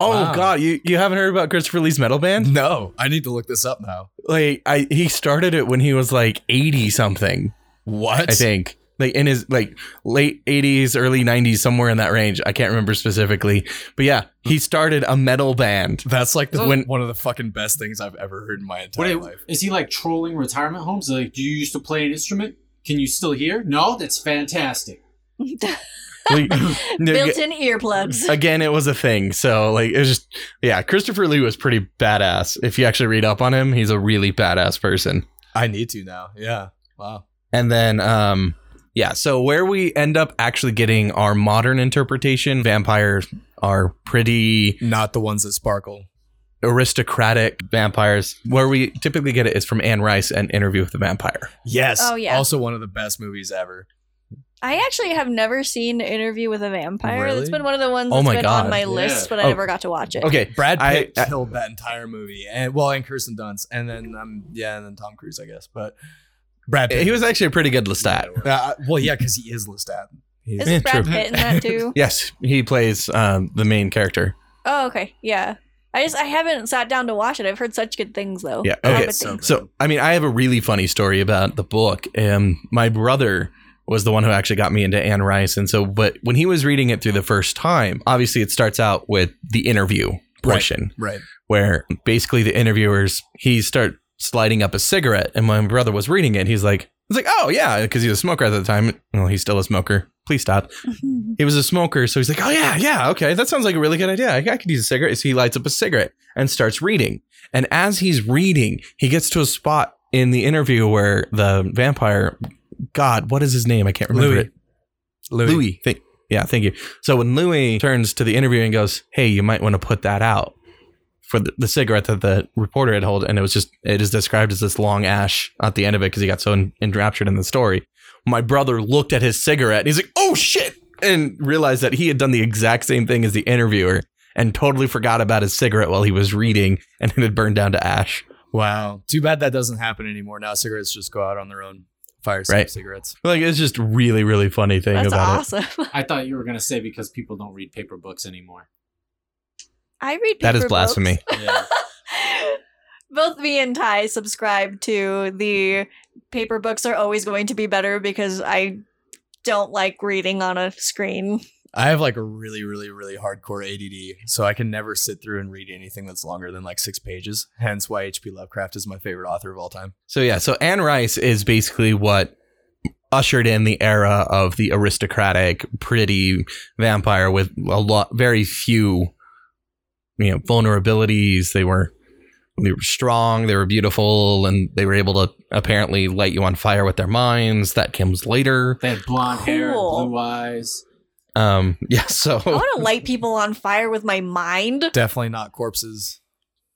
Speaker 4: Oh
Speaker 5: Wow.
Speaker 4: God, you you haven't heard about Christopher Lee's metal band?
Speaker 5: No, I need to look this up now.
Speaker 4: Like I, he started it when he was like 80 something.
Speaker 5: What?
Speaker 4: I think like in his like late eighties, early nineties, somewhere in that range. I can't remember specifically, but yeah, he started a metal band.
Speaker 5: that's like the,
Speaker 4: When-
Speaker 5: one of the fucking best things I've ever heard in my entire
Speaker 6: What is
Speaker 5: life.
Speaker 6: is he like trolling retirement homes? Like, do you used to play an instrument? Can you still hear? No, that's fantastic.
Speaker 4: Like,
Speaker 3: Built-in earplugs.
Speaker 4: again, it was a thing. So like it was just yeah, Christopher Lee was pretty badass. If you actually read up on him, he's a really badass person.
Speaker 5: I need to now. Yeah. Wow.
Speaker 4: And then um yeah, so where we end up actually getting our modern interpretation, vampires are pretty
Speaker 5: Not the ones that sparkle.
Speaker 4: aristocratic vampires. Where we typically get it is from Anne Rice and Interview with the Vampire.
Speaker 5: Yes.
Speaker 3: Oh, yeah.
Speaker 5: Also one of the best movies ever.
Speaker 3: I actually have never seen Interview with a Vampire. That's
Speaker 5: Really?
Speaker 3: been one of the ones
Speaker 4: Oh
Speaker 3: that's
Speaker 4: my
Speaker 3: been
Speaker 4: God.
Speaker 3: on my
Speaker 6: Yeah.
Speaker 3: list, but I
Speaker 4: Oh.
Speaker 3: never got to watch it.
Speaker 4: Okay,
Speaker 5: Brad
Speaker 4: I-
Speaker 5: Pitt
Speaker 4: I-
Speaker 5: killed that entire movie, and well, and Kirsten Dunst, and then um, yeah, and then Tom Cruise, I guess. But Brad Pitt.
Speaker 4: he was actually a pretty good Lestat.
Speaker 5: Uh, well, yeah, because he is Lestat. He's,
Speaker 3: Is it
Speaker 4: Yeah,
Speaker 3: Brad
Speaker 4: true.
Speaker 3: Pitt in that too?
Speaker 4: Yes, he plays um, the main character.
Speaker 3: oh, okay. Yeah. I just I haven't sat down to watch it. I've heard such good things though.
Speaker 4: Yeah,
Speaker 3: A lot of
Speaker 4: okay,
Speaker 3: good
Speaker 5: so-
Speaker 3: things.
Speaker 4: So, I mean, I have a really funny story about the book. Um, my brother was the one who actually got me into Anne Rice, and so, but when he was reading it through the first time, obviously, it starts out with the interview portion,
Speaker 5: right.
Speaker 4: where basically the interviewers he start sliding up a cigarette and my brother was reading it he's like it's like oh yeah because he's a smoker at the time well he's still a smoker please stop he was a smoker so he's like oh yeah yeah okay that sounds like a really good idea i, I could use a cigarette so he lights up a cigarette and starts reading and as he's reading he gets to a spot in the interview where the vampire god what is his name i can't remember
Speaker 5: Louis.
Speaker 4: it louis, louis. Thank- Yeah, thank you. So when Louis turns to the interviewer and goes, "Hey, you might want to put that out." For the, the cigarette that the reporter had held, and it was just it is described as this long ash at the end of it because he got so en- enraptured in the story. My brother looked at his cigarette and he's like, "Oh shit!" and realized that he had done the exact same thing as the interviewer and totally forgot about his cigarette while he was reading, and it had burned down to ash.
Speaker 5: Wow. Too bad that doesn't happen anymore. Now cigarettes just go out on their own. Fire some
Speaker 4: Right.
Speaker 5: cigarettes.
Speaker 4: Like it's just really really funny thing
Speaker 3: That's
Speaker 4: about it.
Speaker 3: awesome.
Speaker 6: I thought you were gonna say because people don't read paper books anymore.
Speaker 3: I read
Speaker 4: That is
Speaker 3: paper books.
Speaker 4: blasphemy.
Speaker 5: Yeah.
Speaker 3: Both me and Ty subscribe to the paper books are always going to be better because I don't like reading on a screen.
Speaker 5: I have like a really, really, really hardcore ADD, so I can never sit through and read anything that's longer than like six pages. Hence why H.P. Lovecraft is my favorite author of all time.
Speaker 4: So yeah, so Anne Rice is basically what ushered in the era of the aristocratic, pretty vampire with a lot, very few, you know, vulnerabilities. They were they were strong, they were beautiful, and they were able to apparently light you on fire with their minds. That comes later.
Speaker 6: They had blonde hair and
Speaker 3: Cool.
Speaker 6: blue eyes.
Speaker 4: Um, yeah,
Speaker 3: I
Speaker 4: so
Speaker 3: want to light people on fire with my mind.
Speaker 5: Definitely not corpses.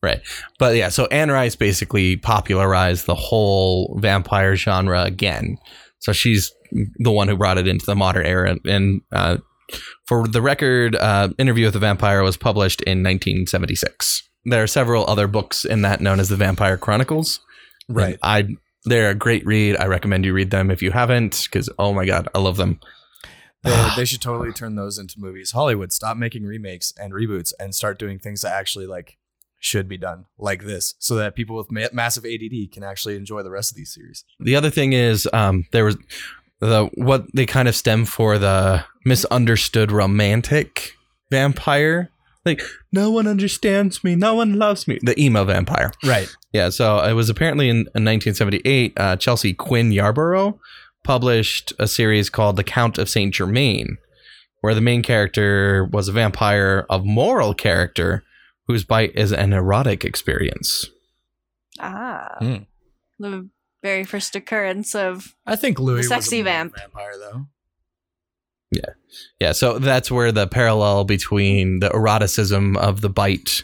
Speaker 4: but yeah, so Anne Rice basically popularized the whole vampire genre again. So she's the one who brought it into the modern era. And uh, for the record, uh, Interview with the Vampire was published in 1976. There are several other books in that known as the Vampire Chronicles. And I they're a great read. I recommend you read them if you haven't, because oh my god, I love them.
Speaker 5: They, they should totally turn those into movies. Hollywood, stop making remakes and reboots and start doing things that actually like should be done, like this, so that people with ma- massive ADD can actually enjoy the rest of these series.
Speaker 4: The other thing is um, there was the what they kind of stem for the misunderstood romantic vampire. Like no one understands me, no one loves me. The emo vampire.
Speaker 5: Right.
Speaker 4: Yeah, so it was apparently in, in 1978 uh, Chelsea Quinn Yarborough published a series called The Count of Saint Germain, where the main character was a vampire of moral character whose bite is an erotic experience.
Speaker 3: Ah.
Speaker 5: Hmm.
Speaker 3: The very first occurrence of
Speaker 5: I think Louis
Speaker 3: The sexy
Speaker 5: was a moral
Speaker 3: vamp.
Speaker 5: vampire though.
Speaker 4: Yeah, so that's where the parallel between the eroticism of the bite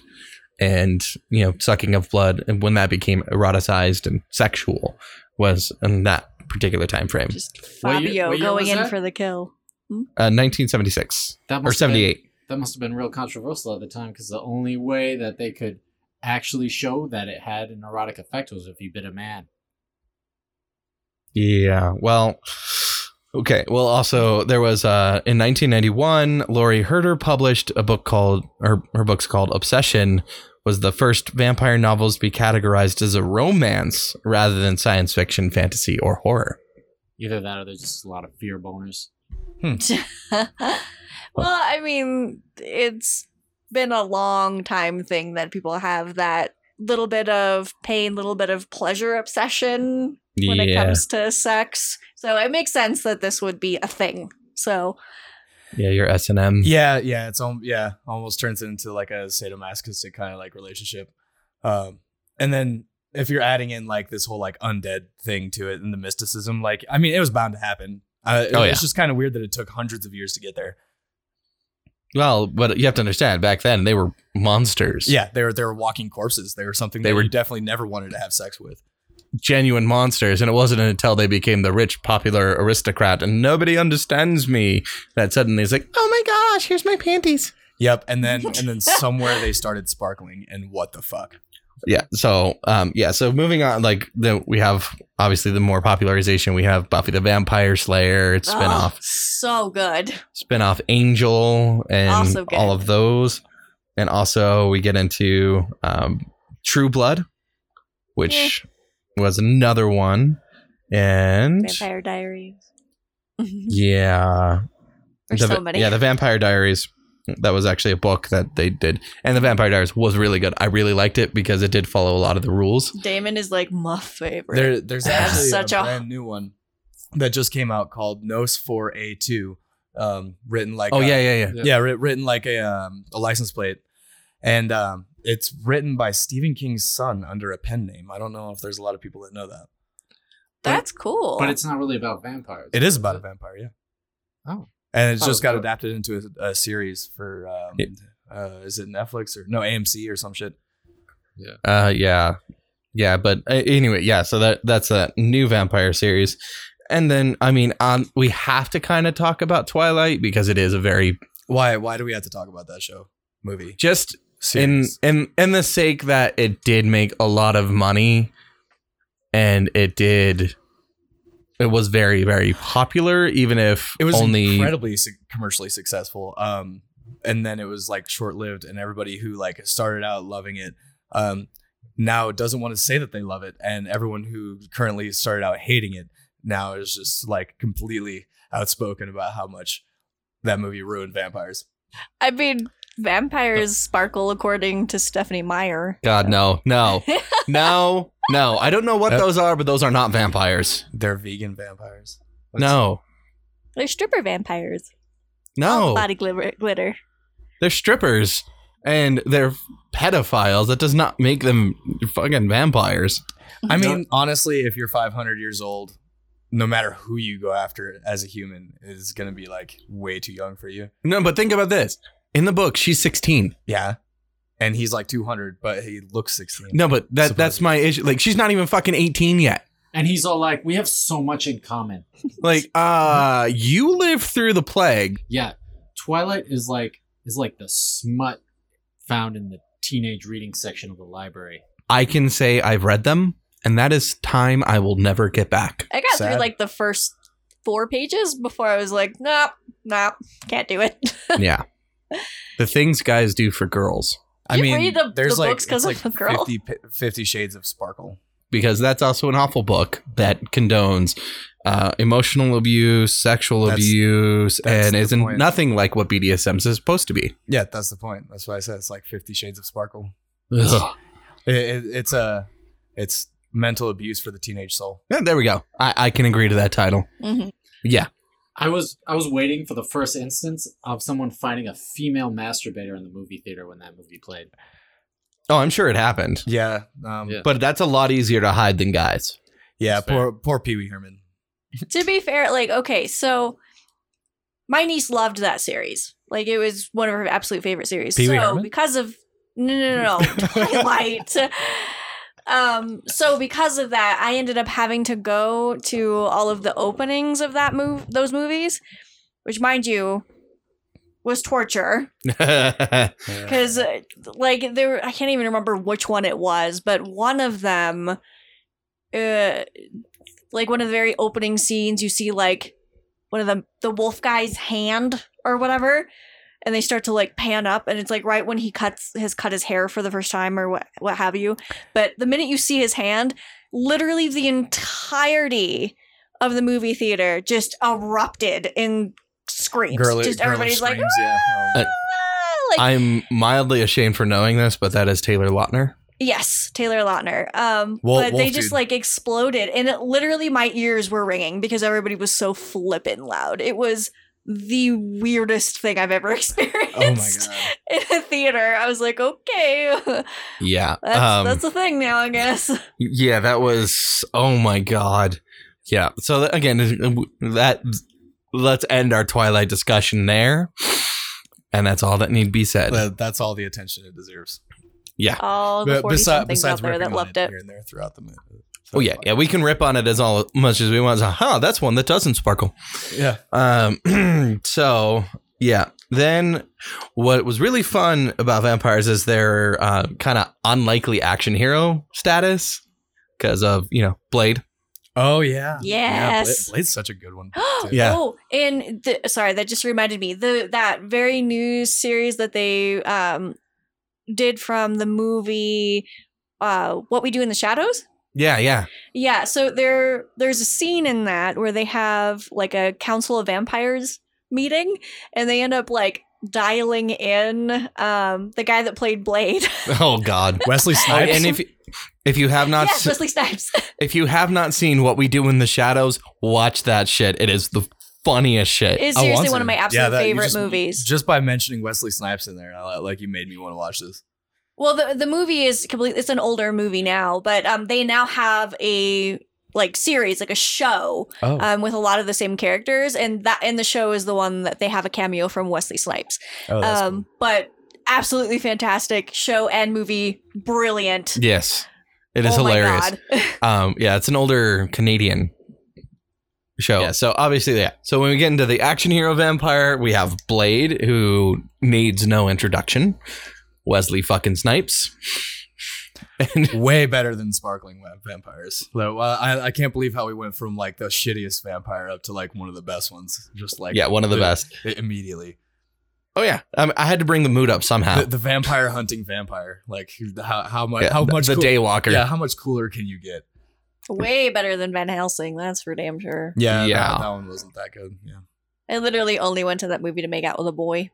Speaker 4: and you know sucking of blood and when that became eroticized and sexual was in that particular time frame.
Speaker 3: just
Speaker 6: What
Speaker 3: Fabio
Speaker 6: year- what year
Speaker 3: going
Speaker 6: was
Speaker 3: in
Speaker 6: that?
Speaker 3: for the kill.
Speaker 4: Uh, 1976
Speaker 6: That
Speaker 4: or
Speaker 6: must have been-
Speaker 4: 78.
Speaker 6: that must have been real controversial at the time because the only way that they could actually show that it had an erotic effect was if you bit a man.
Speaker 4: Yeah. Well, okay. Well, also there was uh, in 1991, Laurie Herder published a book called her her book's called Obsession. Was the first vampire novels to be categorized as a romance rather than science fiction, fantasy, or horror?
Speaker 6: Either that or there's just a lot of fear boners.
Speaker 3: well, I mean, it's been a long time thing that people have that little bit of pain, little bit of pleasure obsession when it comes to sex. So it makes sense that this would be a thing. So
Speaker 4: Yeah, your S and M.
Speaker 5: Yeah, yeah, it's al- yeah, almost turns into like a sadomasochistic kind of like relationship. Um, and then if you're adding in like this whole like undead thing to it and the mysticism, like I mean, it was bound to happen. Uh,
Speaker 4: Oh, yeah.
Speaker 5: It's just kind of weird that it took hundreds of years to get there.
Speaker 4: Well, but you have to understand, back then they were monsters.
Speaker 5: Yeah, they were they were walking corpses. They were something
Speaker 4: They
Speaker 5: that
Speaker 4: were-
Speaker 5: you definitely never wanted to have sex with.
Speaker 4: genuine monsters, and it wasn't until they became the rich, popular aristocrat and nobody understands me that suddenly it's like, oh my gosh, here's my panties.
Speaker 5: Yep, and then and then somewhere they started sparkling, and what the fuck?
Speaker 4: yeah so um yeah so moving on like the we have obviously the more popularization we have buffy the vampire slayer it's
Speaker 3: Oh,
Speaker 4: spin-off
Speaker 3: so good.
Speaker 4: spin-off angel and
Speaker 3: Also good.
Speaker 4: all of those and also we get into um true blood which was another one and
Speaker 3: Vampire Diaries.
Speaker 4: yeah
Speaker 3: There's
Speaker 4: the,
Speaker 3: so
Speaker 4: va-
Speaker 3: many.
Speaker 4: Yeah, the Vampire Diaries. That was actually a book that they did, and the Vampire Diaries was really good. I really liked it because it did follow a lot of the rules.
Speaker 3: Damon is like my favorite.
Speaker 5: There, there's actually
Speaker 3: Such
Speaker 5: a,
Speaker 3: a-
Speaker 5: brand new one that just came out called Nos 4A2, um, written like
Speaker 4: Oh
Speaker 5: a-
Speaker 4: yeah, yeah, yeah.
Speaker 5: yeah, writ- written like a um, a license plate, and um, it's written by Stephen King's son under a pen name. I don't know if there's a lot of people that know that.
Speaker 3: That's cool.
Speaker 6: But it's not really about vampires.
Speaker 5: It is about a vampire, yeah.
Speaker 6: Oh.
Speaker 5: and it's
Speaker 6: Oh,
Speaker 5: just got
Speaker 6: cool.
Speaker 5: adapted into a, a series for um,
Speaker 4: Yeah.
Speaker 5: uh, is it Netflix or no AMC or some shit.
Speaker 4: Uh, yeah, yeah. But uh, anyway, yeah. So that that's a new vampire series, and then I mean, um, we have to kind of talk about Twilight because it is a very
Speaker 5: Why? Why do we have to talk about that show movie?
Speaker 4: just in
Speaker 5: Series.
Speaker 4: in in the sake that it did make a lot of money, and it did. It was very very popular, even if
Speaker 5: it was
Speaker 4: only
Speaker 5: incredibly su- commercially successful. Um, and then it was like short lived, and everybody who like started out loving it, um, now doesn't want to say that they love it, and everyone who currently started out hating it now is just like completely outspoken about how much that movie ruined vampires.
Speaker 3: I mean, vampires sparkle according to Stephanie Meyer.
Speaker 4: God no no no no. I don't know what those are, but those are not vampires.
Speaker 5: They're vegan vampires.
Speaker 4: No
Speaker 3: They're stripper vampires. All
Speaker 4: no.
Speaker 3: body glitter. glitter.
Speaker 4: They're strippers and they're pedophiles. That does not make them fucking vampires.
Speaker 5: I mean, honestly, if you're 500 years old, no matter who you go after as a human, is going to be like way too young for you.
Speaker 4: No, but think about this. In the book, she's 16.
Speaker 5: Yeah. And he's like 200, but he looks 16.
Speaker 4: No, but that, that's my issue. Like, she's not even fucking 18 yet.
Speaker 6: And he's all like, "We have so much in common."
Speaker 4: Like, uh, you lived through the plague.
Speaker 6: Yeah, Twilight is like is like the smut found in the teenage reading section of the library.
Speaker 4: I can say I've read them, and that is time I will never get back.
Speaker 3: I got
Speaker 5: Sad.
Speaker 3: through like the first four pages before I was like, nope, nope, can't do it.
Speaker 4: Yeah. The things guys do for girls,
Speaker 5: I
Speaker 3: You
Speaker 5: mean,
Speaker 3: read the-
Speaker 5: there's
Speaker 3: the
Speaker 5: like,
Speaker 3: books 'cause
Speaker 5: it's
Speaker 3: of
Speaker 5: like
Speaker 3: a girl.
Speaker 5: 50, pi- 50 shades of sparkle.
Speaker 4: because that's also an awful book that condones uh, emotional abuse, sexual
Speaker 5: That's-
Speaker 4: abuse,
Speaker 5: that's
Speaker 4: and
Speaker 5: the
Speaker 4: isn't
Speaker 5: point.
Speaker 4: nothing like what BDSM is supposed to be.
Speaker 5: Yeah, that's the point. That's why I said it's like 50 shades of sparkle.
Speaker 4: Ugh.
Speaker 5: It, it, it's a, it's mental abuse for the teenage soul.
Speaker 4: Yeah, there we go. I, I can agree to that title.
Speaker 3: Mhm.
Speaker 4: Yeah.
Speaker 6: I was I was waiting for the first instance of someone finding a female masturbator in the movie theater when that movie played.
Speaker 4: Oh, I'm sure it happened.
Speaker 5: Yeah. Um, yeah.
Speaker 6: Yeah.
Speaker 4: But that's a lot easier to hide than guys.
Speaker 6: That's fair.
Speaker 5: poor, poor Pee Wee Herman.
Speaker 3: to be fair, like, okay, so my niece loved that series. Like, it was one of her absolute favorite series.
Speaker 5: Pee Wee
Speaker 3: so,
Speaker 5: Herman?
Speaker 3: because of. No, no, no, no. Twilight. Um, so because of that, I ended up having to go to all of the openings of that move those movies, which mind you was torture
Speaker 4: That's
Speaker 3: because uh, like there were- I can't even remember which one it was, but one of them, uh, like one of the very opening scenes, you see like one of the the wolf guy's hand or whatever, and they start to like pan up, and it's like right when he cuts has cut his hair for the first time or what what have you. But the minute you see his hand, literally the entirety of the movie theater just erupted in screams.
Speaker 5: Girly,
Speaker 3: just
Speaker 5: girly
Speaker 3: everybody's like,
Speaker 5: screams, yeah. Um,
Speaker 4: Uh,
Speaker 3: "Ah!" like
Speaker 4: I'm mildly ashamed for knowing this, but that is Taylor Lautner.
Speaker 3: Yes, Taylor Lautner. Um,
Speaker 5: Wol-
Speaker 3: but they
Speaker 5: Wolf
Speaker 3: just
Speaker 5: Dude.
Speaker 3: like exploded, and it, literally my ears were ringing because everybody was so flippin' loud. It was the weirdest thing I've ever experienced
Speaker 5: oh my God.
Speaker 3: in a theater. I was like, okay, that's
Speaker 4: Yeah. um,
Speaker 3: that's a thing now, I guess.
Speaker 4: yeah, that was. Oh my God. Yeah. So, that, again, that let's end our Twilight discussion there. And that's all that need be said.
Speaker 5: But that's all the attention it deserves.
Speaker 3: All the
Speaker 5: But
Speaker 3: forty
Speaker 5: besi-
Speaker 3: somethings out there
Speaker 5: ripping
Speaker 3: that
Speaker 5: on
Speaker 3: loved it.
Speaker 5: here and there throughout the movie.
Speaker 4: oh, yeah. Yeah. We can rip on it as all much as we want. So, huh, that's one that doesn't sparkle.
Speaker 5: yeah.
Speaker 4: Um, so yeah. Then what was really fun about vampires is their uh, kind of unlikely action hero status because of you know Blade.
Speaker 5: Oh yeah.
Speaker 3: Yes.
Speaker 5: Blade, Blade's such a good one. too.
Speaker 4: Yeah.
Speaker 3: Oh, and the, sorry, that just reminded me the that very new series that they um did from the movie uh What We Do in the Shadows.
Speaker 4: Yeah, yeah,
Speaker 3: Yeah, so there there's a scene in that where they have like a council of vampires meeting and they end up like dialing in um the guy that played Blade.
Speaker 4: Oh God.
Speaker 5: Wesley
Speaker 4: Oh,
Speaker 5: Snipes.
Speaker 4: and if if you have not
Speaker 3: yes,
Speaker 4: se-
Speaker 3: Wesley Snipes.
Speaker 4: if you have not seen what we do in the shadows, watch that shit. It is the funniest shit. Oh,
Speaker 3: It's
Speaker 5: I want
Speaker 3: seriously
Speaker 5: to.
Speaker 3: one of my
Speaker 5: Yeah,
Speaker 3: absolute
Speaker 5: that- you
Speaker 3: favorite
Speaker 5: just-
Speaker 3: movies.
Speaker 5: Just by mentioning Wesley Snipes in there, I, like you made me want to watch this.
Speaker 3: Well, the the movie is complete. It's an older movie now, but um, they now have a like series, like a show
Speaker 5: Oh,
Speaker 3: um, with a lot of the same characters, and that and the show is the one that they have a cameo from Wesley Snipes.
Speaker 5: oh that's cool.
Speaker 3: Um, but absolutely fantastic show and movie, brilliant.
Speaker 4: Yes, it is
Speaker 3: Oh my
Speaker 4: hilarious.
Speaker 3: God.
Speaker 4: Um, yeah, it's an older Canadian show.
Speaker 5: Yeah.
Speaker 4: So obviously, yeah. So when we get into the action hero vampire, we have Blade, who needs no introduction. Wesley fucking Snipes. And
Speaker 5: way better than sparkling wa- vampires. Though uh, I, I can't believe how we went from like the shittiest vampire up to like one of the best ones. Just like
Speaker 4: yeah, one of the
Speaker 5: li-
Speaker 4: best.
Speaker 5: i- immediately.
Speaker 4: Oh yeah, um, I had to bring the mood up somehow.
Speaker 5: The, the vampire hunting vampire. Like how how much
Speaker 4: Yeah,
Speaker 5: how much
Speaker 4: the
Speaker 5: cool-
Speaker 4: Daywalker?
Speaker 5: Yeah, how much cooler can you get?
Speaker 3: Way better than Van Helsing, that's for damn sure.
Speaker 5: Yeah,
Speaker 4: Yeah.
Speaker 5: That, that one wasn't that good.
Speaker 3: I literally only went to that movie to make out with a boy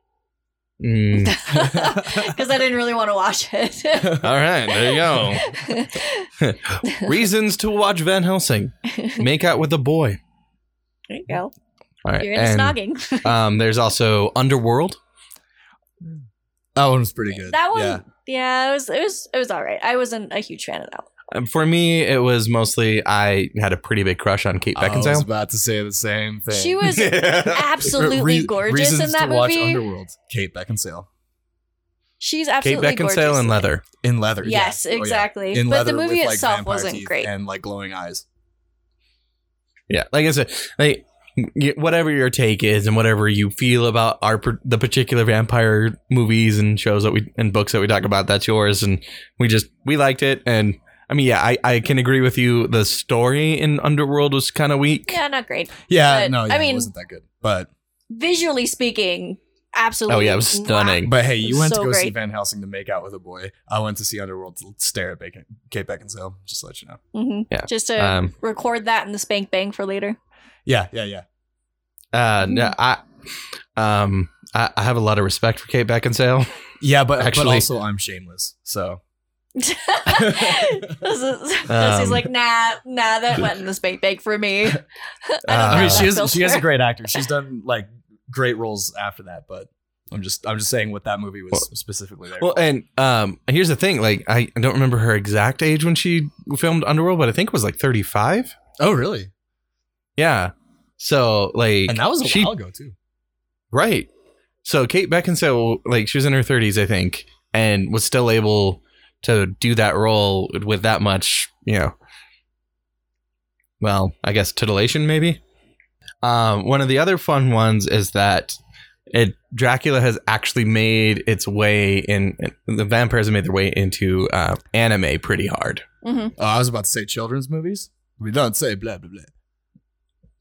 Speaker 4: Mm.
Speaker 3: because I didn't really want to watch it.
Speaker 4: All right, there you go. Reasons to watch Van Helsing. Make out with a boy.
Speaker 3: There you go.
Speaker 4: All right,
Speaker 3: You're into
Speaker 4: and,
Speaker 3: snogging.
Speaker 4: Um, there's also Underworld.
Speaker 5: That one was pretty good.
Speaker 3: That one,
Speaker 5: Yeah.
Speaker 3: yeah. it was it was it was all right. I wasn't a huge fan of that.
Speaker 4: Um, For me, it was mostly I had a pretty big crush on Kate
Speaker 5: I Oh, was
Speaker 4: Beckinsale.
Speaker 5: about to say the same thing.
Speaker 3: One. She was absolutely
Speaker 5: Re-
Speaker 3: gorgeous
Speaker 5: reasons
Speaker 3: in that
Speaker 5: to watch
Speaker 3: movie.
Speaker 5: Underworld. Kate Beckinsale
Speaker 3: She's
Speaker 4: Kate
Speaker 3: absolutely gorgeous.
Speaker 4: Beckinsale in leather.
Speaker 5: in leather. yeah.
Speaker 3: Yes,
Speaker 5: Oh, yeah.
Speaker 3: exactly.
Speaker 5: In
Speaker 3: But the
Speaker 5: leather with,
Speaker 3: movie
Speaker 5: like,
Speaker 3: itself
Speaker 5: vampire
Speaker 3: wasn't
Speaker 5: teeth
Speaker 3: great.
Speaker 5: and like glowing eyes.
Speaker 4: Yeah, like I said, like y- whatever your take is and whatever you feel about our par- the particular vampire movies and shows that we and books that we talk about, that's yours. And we just we liked it. And I mean, yeah, I, I can agree with you. The story in Underworld was kind of weak.
Speaker 3: yeah, not great.
Speaker 5: Yeah,
Speaker 3: But,
Speaker 5: no,
Speaker 3: I
Speaker 5: yeah, it
Speaker 3: mean-
Speaker 5: wasn't that good. But
Speaker 3: Visually speaking, absolutely.
Speaker 4: Oh yeah, it was
Speaker 3: not.
Speaker 4: stunning.
Speaker 5: but hey, you went
Speaker 3: So
Speaker 5: to go see
Speaker 3: great.
Speaker 5: Van Helsing to make out with a boy. I went to see Underworld to stare at Bacon, Kate Beckinsale. Just to let you know.
Speaker 3: Mhm.
Speaker 4: Yeah.
Speaker 3: Just to
Speaker 4: Um,
Speaker 3: record that in the spank bang for later.
Speaker 5: Yeah, yeah, yeah.
Speaker 4: Uh, no, I um I, I have a lot of respect for Kate Beckinsale.
Speaker 5: Yeah, but
Speaker 4: Actually-
Speaker 5: but also I'm shameless. So
Speaker 3: this is,
Speaker 4: Um,
Speaker 3: Jesse's like, nah, nah, that went in the spank bang for me. I, don't
Speaker 4: Uh, I
Speaker 5: I mean,
Speaker 4: Uh,
Speaker 3: think
Speaker 5: she
Speaker 3: that
Speaker 5: is
Speaker 3: feels
Speaker 5: she is a
Speaker 3: fair.
Speaker 5: great actor. She's done like great roles after that, but I'm just I'm just saying what that movie was
Speaker 4: Well-
Speaker 5: specifically there.
Speaker 4: Well, and um, here's the thing. Like, I I don't remember her exact age when she filmed Underworld, but I think it was like 35.
Speaker 5: oh, really?
Speaker 4: Yeah. So, like,
Speaker 5: And that was a
Speaker 4: she,
Speaker 5: while ago too.
Speaker 4: right. So Kate Beckinsale, like, she was in her 30s, I think, and was still able to do that role with that much, you know. Well, I guess titillation, maybe. Um, one of the other fun ones is that it Dracula has actually made its way in the vampires have made their way into uh, anime pretty hard.
Speaker 3: Mhm.
Speaker 5: Oh, I was about to say children's movies. We don't say blah blah blah.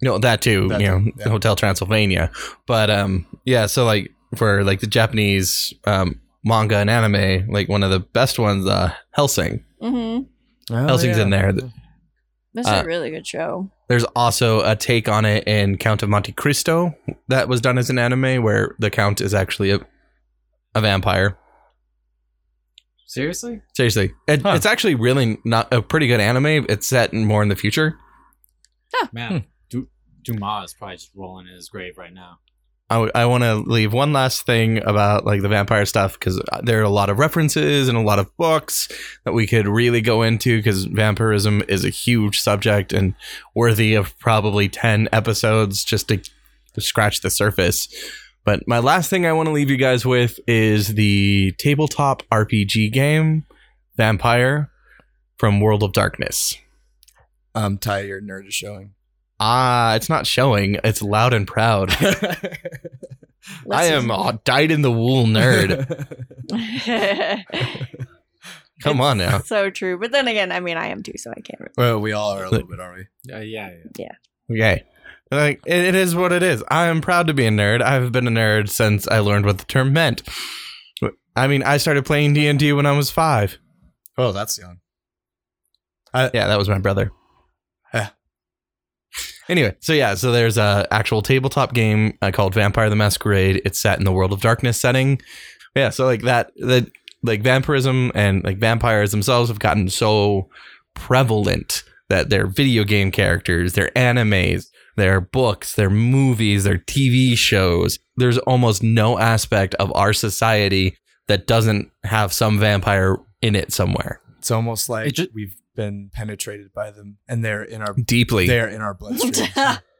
Speaker 4: No, that too.
Speaker 5: That
Speaker 4: you
Speaker 5: too,
Speaker 4: know,
Speaker 5: yeah.
Speaker 4: Hotel Transylvania. But um, yeah. So like for like the Japanese um manga and anime, like one of the best ones, uh, Helsing.
Speaker 3: Mhm.
Speaker 4: Helsing's in there.
Speaker 3: That's
Speaker 4: Uh,
Speaker 3: a really good show.
Speaker 4: There's also a take on it in Count of Monte Cristo that was done as an anime, where the count is actually a a vampire.
Speaker 6: Seriously?
Speaker 4: Seriously, it,
Speaker 5: Huh.
Speaker 4: it's actually really not a pretty good anime. It's set in more in the future.
Speaker 6: Man, du- Dumas is probably just rolling in his grave right now.
Speaker 4: I, want to leave one last thing about like the vampire stuff because there are a lot of references and a lot of books that we could really go into because vampirism is a huge subject and worthy of probably 10 episodes just to, to scratch the surface. But my last thing I want to leave you guys with is the tabletop RPG game Vampire from World of Darkness.
Speaker 5: Um, Ty, your nerd is showing.
Speaker 4: Ah, it's not showing. It's loud and proud. I am a dyed in the wool nerd. Come on now.
Speaker 3: so true. But then again, I mean, I am too, so I can't. Really.
Speaker 5: well, we all are a little bit, aren't we?
Speaker 6: Uh, yeah, yeah.
Speaker 4: Okay. Like it, it is what it is. I am proud to be a nerd. I have been a nerd since I learned what the term meant. I mean, I started playing D and D when I was five.
Speaker 5: Oh, that's young.
Speaker 4: Yeah, that was my brother.
Speaker 5: Yeah.
Speaker 4: anyway, so yeah, so there's a actual tabletop game uh, called Vampire the Masquerade. It's set in the World of Darkness setting. Yeah, so like that, that like vampirism and like vampires themselves have gotten so prevalent that they're video game characters, they're animes, their books, their movies, their TV shows. There's almost no aspect of our society that doesn't have some vampire in it somewhere.
Speaker 5: It's almost like
Speaker 6: It ju-
Speaker 5: we've been penetrated by them, and they're in our
Speaker 4: Deeply.
Speaker 5: they're in our bloodstream.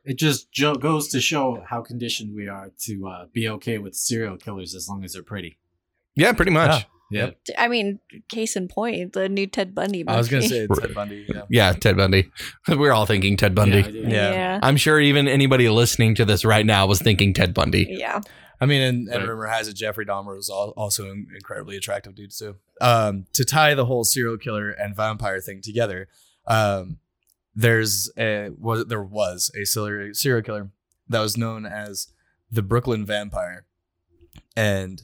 Speaker 6: It just jo- goes to show how conditioned we are to uh, be okay with serial killers as long as they're pretty.
Speaker 4: Yeah, pretty much.
Speaker 3: I mean, case in point, the new Ted Bundy movie.
Speaker 5: I was gonna say
Speaker 4: Right.
Speaker 5: Ted Bundy. Yeah.
Speaker 4: Yeah, Ted Bundy. We're all thinking Ted Bundy.
Speaker 6: Yeah, I do.
Speaker 5: Yeah.
Speaker 3: yeah.
Speaker 4: I'm sure even anybody listening to this right now was thinking Ted Bundy.
Speaker 3: Yeah.
Speaker 5: I mean, and, and
Speaker 6: Right.
Speaker 5: rumor has it Jeffrey Dahmer was al- also an incredibly attractive dude too. Um, to tie the whole serial killer and vampire thing together, um, there's a was there was a serial serial killer that was known as the Brooklyn Vampire, and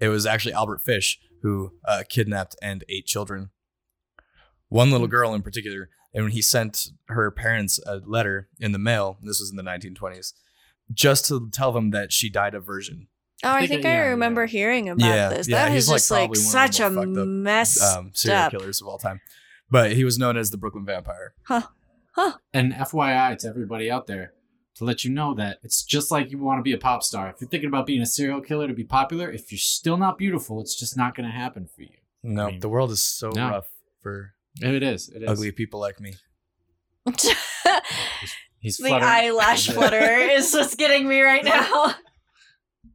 Speaker 5: it was actually Albert Fish who uh, kidnapped and ate children. One little girl in particular, and when he sent her parents a letter in the mail, this was in the 1920s, just to tell them that she died of version.
Speaker 3: Oh, I
Speaker 6: think
Speaker 3: think
Speaker 6: it-
Speaker 3: I
Speaker 6: yeah,
Speaker 3: remember
Speaker 6: yeah.
Speaker 3: hearing about
Speaker 5: Yeah,
Speaker 3: this.
Speaker 5: yeah,
Speaker 3: that is
Speaker 5: he's, like,
Speaker 3: just like
Speaker 5: probably one of the
Speaker 3: such a
Speaker 5: more fucked up,
Speaker 3: mess.
Speaker 5: um, serial
Speaker 3: up.
Speaker 5: killers of all time. But he was known as the Brooklyn Vampire.
Speaker 6: And FYI to everybody out there, to let you know that it's just like you want to be a pop star. If you're thinking about being a serial killer to be popular, if you're still not beautiful, it's just not going to happen for you.
Speaker 5: No,
Speaker 6: I mean,
Speaker 5: the world is so
Speaker 6: no.
Speaker 5: rough for
Speaker 6: It is. It is.
Speaker 5: ugly people like me.
Speaker 6: He's
Speaker 3: the
Speaker 6: fluttering.
Speaker 3: eyelash
Speaker 6: Yeah.
Speaker 3: flutter is just getting me right now.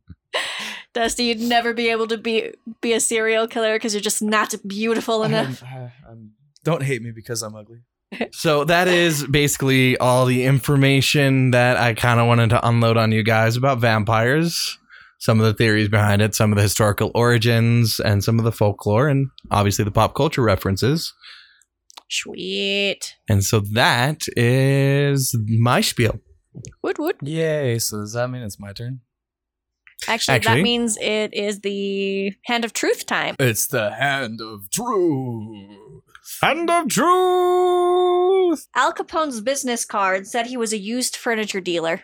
Speaker 3: Dusty, you'd never be able to be be a serial killer because you're just not beautiful enough.
Speaker 5: I'm- I'm- don't hate me because I'm ugly.
Speaker 4: So that is basically all the information that I kind of wanted to unload on you guys about vampires. Some of the theories behind it, some of the historical origins, and some of the folklore, and obviously the pop culture references.
Speaker 3: Sweet.
Speaker 4: And so that is my spiel.
Speaker 3: Woot woot.
Speaker 5: Yay! So does that mean it's my turn?
Speaker 3: Actually,
Speaker 4: Actually-
Speaker 3: that means it is the hand of truth time.
Speaker 5: It's the hand of truth.
Speaker 4: Hand of truth.
Speaker 3: Al Capone's business card said he was a used furniture dealer.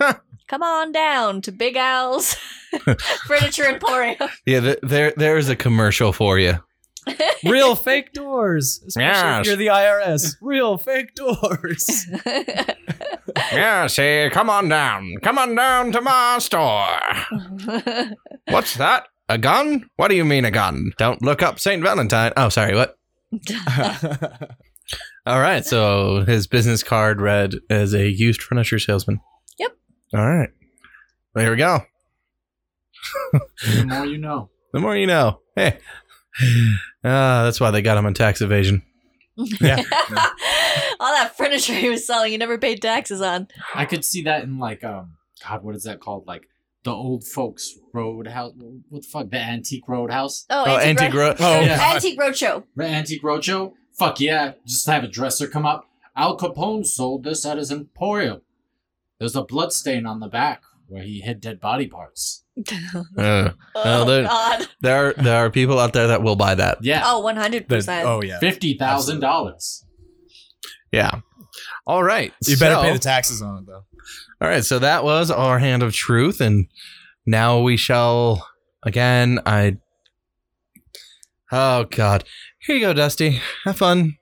Speaker 4: Huh.
Speaker 3: Come on down to Big Al's Furniture Emporium.
Speaker 4: Yeah, th- there there is a commercial for you.
Speaker 5: Real fake doors. Especially
Speaker 4: Yes.
Speaker 5: if you're the IRS. Real fake doors.
Speaker 3: Mm-hmm.
Speaker 4: Yeah, say, come on down, come on down to my store. What's that? A gun? What do you mean a gun? Don't look up St. Valentine. Oh, sorry, what? All right, so his business card read as a used furniture salesman.
Speaker 3: Yep.
Speaker 4: All right. Well, here we go.
Speaker 6: The more you know.
Speaker 4: The more you know. Hey. Ah, that's why they got him on tax evasion.
Speaker 5: yeah.
Speaker 3: All that furniture he was selling, he never paid taxes on.
Speaker 6: I could see that in like um God, what is that called? Like the old folks roadhouse. What the fuck? The antique roadhouse.
Speaker 3: Oh,
Speaker 4: oh,
Speaker 3: antique,
Speaker 4: antique
Speaker 3: road-
Speaker 4: road.
Speaker 6: Oh, yeah.
Speaker 3: antique roadshow.
Speaker 6: The antique roadshow. Fuck yeah! Just have a dresser come up. Al Capone sold this at his emporium. There's a blood stain on the back where he hid dead body parts.
Speaker 4: Uh,
Speaker 3: Oh,
Speaker 4: there-
Speaker 3: God.
Speaker 4: there, are, there are people out there that will buy that.
Speaker 6: Yeah,
Speaker 3: Oh, 100%.
Speaker 5: The- oh yeah.
Speaker 6: fifty thousand dollars.
Speaker 4: Yeah. All right.
Speaker 5: You better
Speaker 4: so-
Speaker 5: pay the taxes on it though.
Speaker 4: All right, so that was our hand of truth, and now we shall again. I. Oh God! Here you go, Dusty. Have fun.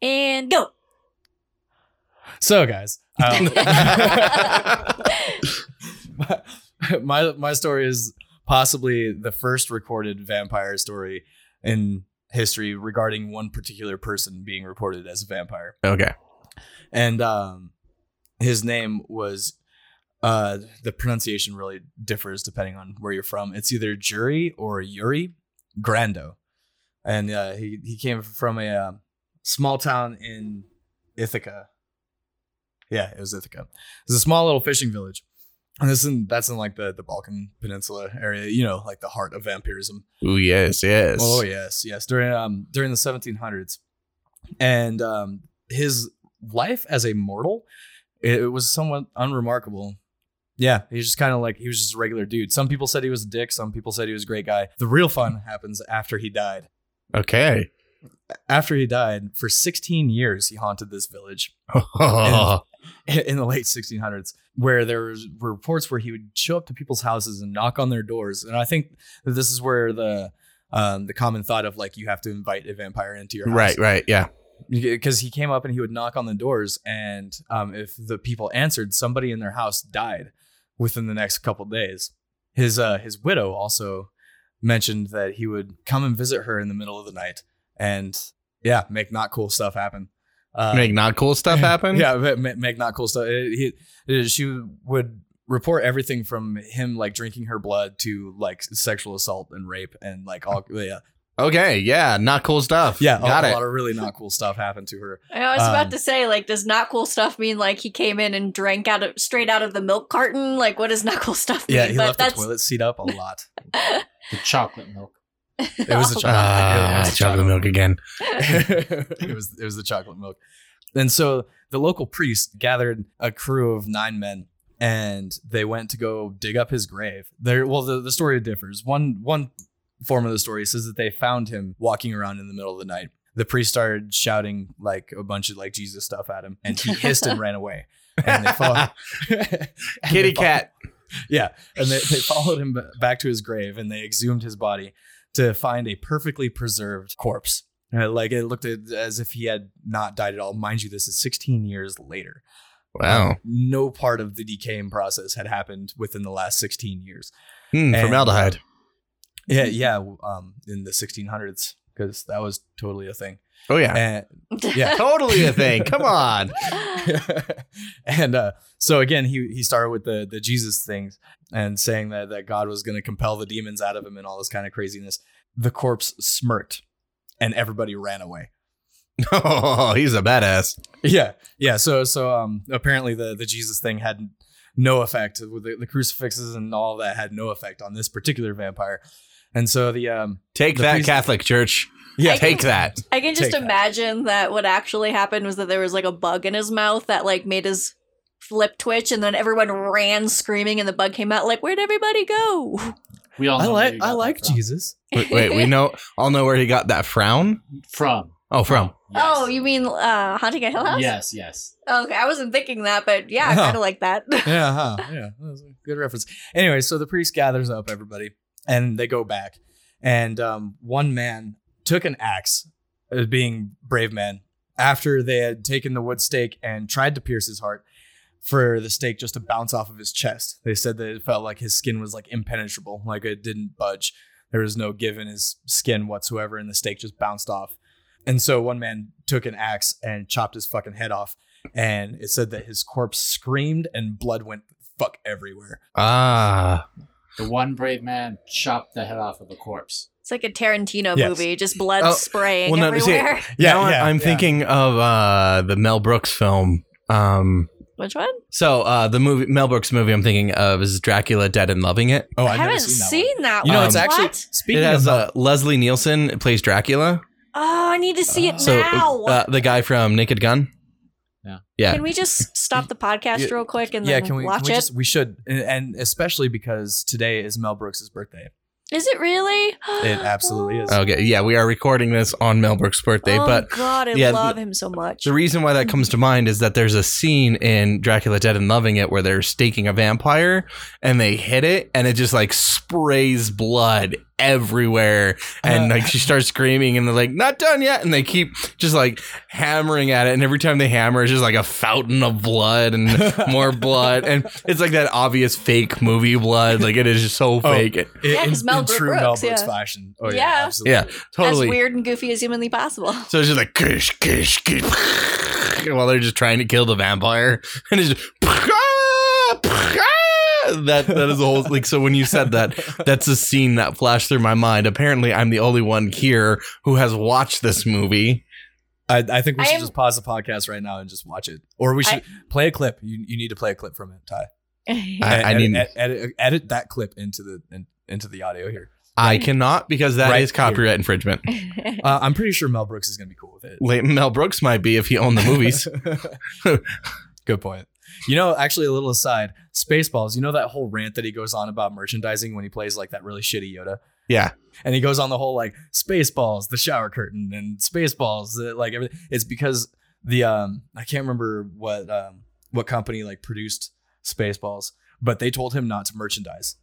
Speaker 3: And go.
Speaker 5: So guys. um, my my story is possibly the first recorded vampire story in history regarding one particular person being reported as a vampire
Speaker 4: okay.
Speaker 5: and um his name was uh the pronunciation really differs depending on where you're from it's either jury or yuri grando and uh he he came from a uh, small town in ithaca yeah it was ithaca it's a small little fishing village and this in that's in like the the balkan peninsula area you know like the heart of vampirism
Speaker 4: Ooh yes, yes.
Speaker 5: Oh yes, yes. During um during the 1700s, and um his life as a mortal, it, it was somewhat unremarkable. Yeah, he's just kind of like he was just a regular dude. Some people said he was a dick. Some people said he was a great guy. The real fun happens after he died.
Speaker 4: Okay.
Speaker 5: After he died, for 16 years, he haunted this village in the late 1600s, where there was- were reports where he would show up to people's houses and knock on their doors. And I think that this is where the um, the common thought of like you have to invite a vampire into your house,
Speaker 4: right, right, yeah.
Speaker 5: Because he came up and he would knock on the doors, and um, if the people answered, somebody in their house died within the next couple days. His uh, his widow also mentioned that he would come and visit her in the middle of the night, and yeah, make not cool stuff happen. Uh,
Speaker 4: Make not cool stuff happen.
Speaker 5: Yeah, ma- ma- make not cool stuff. It- he- it- she would report everything from him like drinking her blood to like sexual assault and rape and like all yeah
Speaker 4: Okay. Yeah. Not cool stuff.
Speaker 5: yeah
Speaker 4: Got
Speaker 5: a, a
Speaker 4: it.
Speaker 5: lot of really not cool stuff happened to her.
Speaker 3: I was about
Speaker 5: Um,
Speaker 3: to say, like, does not cool stuff mean like he came in and drank out of straight out of the milk carton? Like, what does not cool stuff mean?
Speaker 5: Yeah, he left the toilet seat up a lot.
Speaker 6: The chocolate milk.
Speaker 5: It was a chocolate.
Speaker 4: Ah,
Speaker 5: it was a
Speaker 4: chocolate milk again.
Speaker 5: it was it was the chocolate milk. And so the local priest gathered a crew of nine men and they went to go dig up his grave. There well the, the story differs. One one form of the story says that they found him walking around in the middle of the night. The priest started shouting like a bunch of like Jesus stuff at him and he hissed and ran away. And they followed
Speaker 4: Kitty cat.
Speaker 5: yeah. And they, they followed him ba- back to his grave and they exhumed his body to find a perfectly preserved corpse. Uh, like it looked at- as if he had not died at all. Mind you, this is 16 years later.
Speaker 4: Wow.
Speaker 5: No part of the decaying process had happened within the last 16 years.
Speaker 4: Hmm,
Speaker 5: And-
Speaker 4: formaldehyde.
Speaker 5: Yeah. Yeah. Um, in the 1600s, because that was totally a thing.
Speaker 4: Oh yeah.
Speaker 5: And yeah.
Speaker 4: totally a thing. Come on.
Speaker 5: and uh, so again, he he started with the the Jesus things and saying that that God was going to compel the demons out of him and all this kind of craziness. The corpse smirked, and everybody ran away.
Speaker 4: Oh, he's a badass.
Speaker 5: Yeah, yeah. So so um, apparently the the Jesus thing had no effect. The, the crucifixes and all that had no effect on this particular vampire. And so the um,
Speaker 4: Take
Speaker 5: The
Speaker 4: that,
Speaker 5: priest-
Speaker 4: Catholic Church.
Speaker 5: yeah,
Speaker 3: I can-
Speaker 4: Take that.
Speaker 3: I can just
Speaker 5: Take that.
Speaker 3: imagine that. what actually happened was that there was like a bug in his mouth that like made his lip twitch, and then everyone ran screaming, and the bug came out. Like, where'd everybody go?
Speaker 6: We all
Speaker 5: I
Speaker 6: know where
Speaker 5: like
Speaker 6: you got
Speaker 5: I
Speaker 6: that
Speaker 5: like
Speaker 6: from.
Speaker 5: Jesus.
Speaker 4: Wait, wait, we know. All know where he got that frown.
Speaker 6: From.
Speaker 4: Oh, from.
Speaker 6: Yes.
Speaker 3: Oh, you mean uh, haunting a hill house?
Speaker 6: Yes, yes.
Speaker 3: Okay, I wasn't thinking that, but yeah, I
Speaker 5: Huh.
Speaker 3: kind of like that.
Speaker 5: yeah, huh, yeah, that was a good reference. Anyway, so the priest gathers up everybody, and they go back, and um, one man took an axe, uh, being brave man. After they had taken the wood stake and tried to pierce his heart, for the stake just to bounce off of his chest. They said that it felt like his skin was like impenetrable, like it didn't budge. There was no give in his skin whatsoever, and the stake just bounced off. And so one man took an axe and chopped his fucking head off and it said that his corpse screamed and blood went fuck everywhere.
Speaker 4: Ah,
Speaker 6: The one brave man chopped the head off of the corpse.
Speaker 3: It's like a Tarantino
Speaker 5: Yes.
Speaker 3: movie, just blood
Speaker 4: Oh,
Speaker 3: spraying
Speaker 4: well, no, see-
Speaker 3: everywhere.
Speaker 5: Yeah,
Speaker 4: Now
Speaker 5: yeah,
Speaker 4: I'm
Speaker 5: yeah.
Speaker 4: thinking of uh, the Mel Brooks film. Um,
Speaker 3: Which one?
Speaker 4: so uh, the movie Mel Brooks movie I'm thinking of is Dracula Dead and Loving It.
Speaker 5: Oh,
Speaker 3: I
Speaker 5: I've
Speaker 3: haven't
Speaker 5: never seen that.
Speaker 3: seen, that
Speaker 5: one. You know,
Speaker 3: one.
Speaker 5: it's actually
Speaker 3: What?
Speaker 5: speaking
Speaker 4: it has
Speaker 5: of
Speaker 4: uh, Leslie Nielsen plays Dracula.
Speaker 3: Oh, I need to see it
Speaker 4: So
Speaker 3: now.
Speaker 4: uh, the guy from Naked Gun.
Speaker 6: Yeah.
Speaker 4: Yeah.
Speaker 3: Can we just stop the podcast
Speaker 5: Yeah.
Speaker 3: real quick and
Speaker 5: yeah,
Speaker 3: then
Speaker 5: can we,
Speaker 3: watch
Speaker 5: can we
Speaker 3: it? Is
Speaker 5: just we should and, and especially because today is Mel Brooks' birthday.
Speaker 3: it really?
Speaker 5: It absolutely is.
Speaker 4: Okay, yeah, we are recording this on Mel Brooks' birthday,
Speaker 3: oh
Speaker 4: but
Speaker 3: God, I
Speaker 4: yeah,
Speaker 3: love him so much.
Speaker 4: the reason why that comes to mind is that there's a scene in Dracula Dead and Loving It where they're staking a vampire and they hit it and it just like sprays blood everywhere and
Speaker 5: Uh.
Speaker 4: like she starts screaming and they're like not done yet and they keep just like hammering at it and every time they hammer it's just like a fountain of blood and more blood and it's like that obvious fake movie blood like it is just so fake it,
Speaker 5: In-
Speaker 3: Yeah, 'cause
Speaker 5: in,
Speaker 3: Mel
Speaker 5: in true
Speaker 3: Brooks,
Speaker 5: Mel Brooks
Speaker 3: yeah.
Speaker 5: fashion. Oh yeah,
Speaker 3: Yeah.
Speaker 5: absolutely.
Speaker 4: Yeah. totally
Speaker 3: As weird and goofy as humanly possible.
Speaker 4: So it's just like kish, kish, kish, while they're just trying to kill the vampire, and it's just that that is the whole like. So when you said that, that's a scene that flashed through my mind. Apparently, I'm the only one here who has watched this movie.
Speaker 5: I, I think we
Speaker 3: I
Speaker 5: should
Speaker 3: am-
Speaker 5: just pause the podcast right now and just watch it, or we should play a clip. You you need to play a clip from it, Ty.
Speaker 4: I- I
Speaker 5: edit,
Speaker 4: didn't-
Speaker 5: edit, edit, edit that clip into the in, into the audio here.
Speaker 4: I cannot because that is
Speaker 5: Right
Speaker 4: copyright infringement.
Speaker 5: Uh, I'm pretty sure Mel Brooks is gonna be cool with it.
Speaker 4: Leighton Mel Brooks might be if he owned the movies.
Speaker 5: Good point. You know, actually, a little aside, Spaceballs, you know that whole rant that he goes on about merchandising when he plays like that really shitty Yoda?
Speaker 4: Yeah.
Speaker 5: And he goes on the whole like Spaceballs, the shower curtain, and Spaceballs, the, like everything. It's because the, um, I can't remember what, um, what company like produced Spaceballs, but they told him not to merchandise.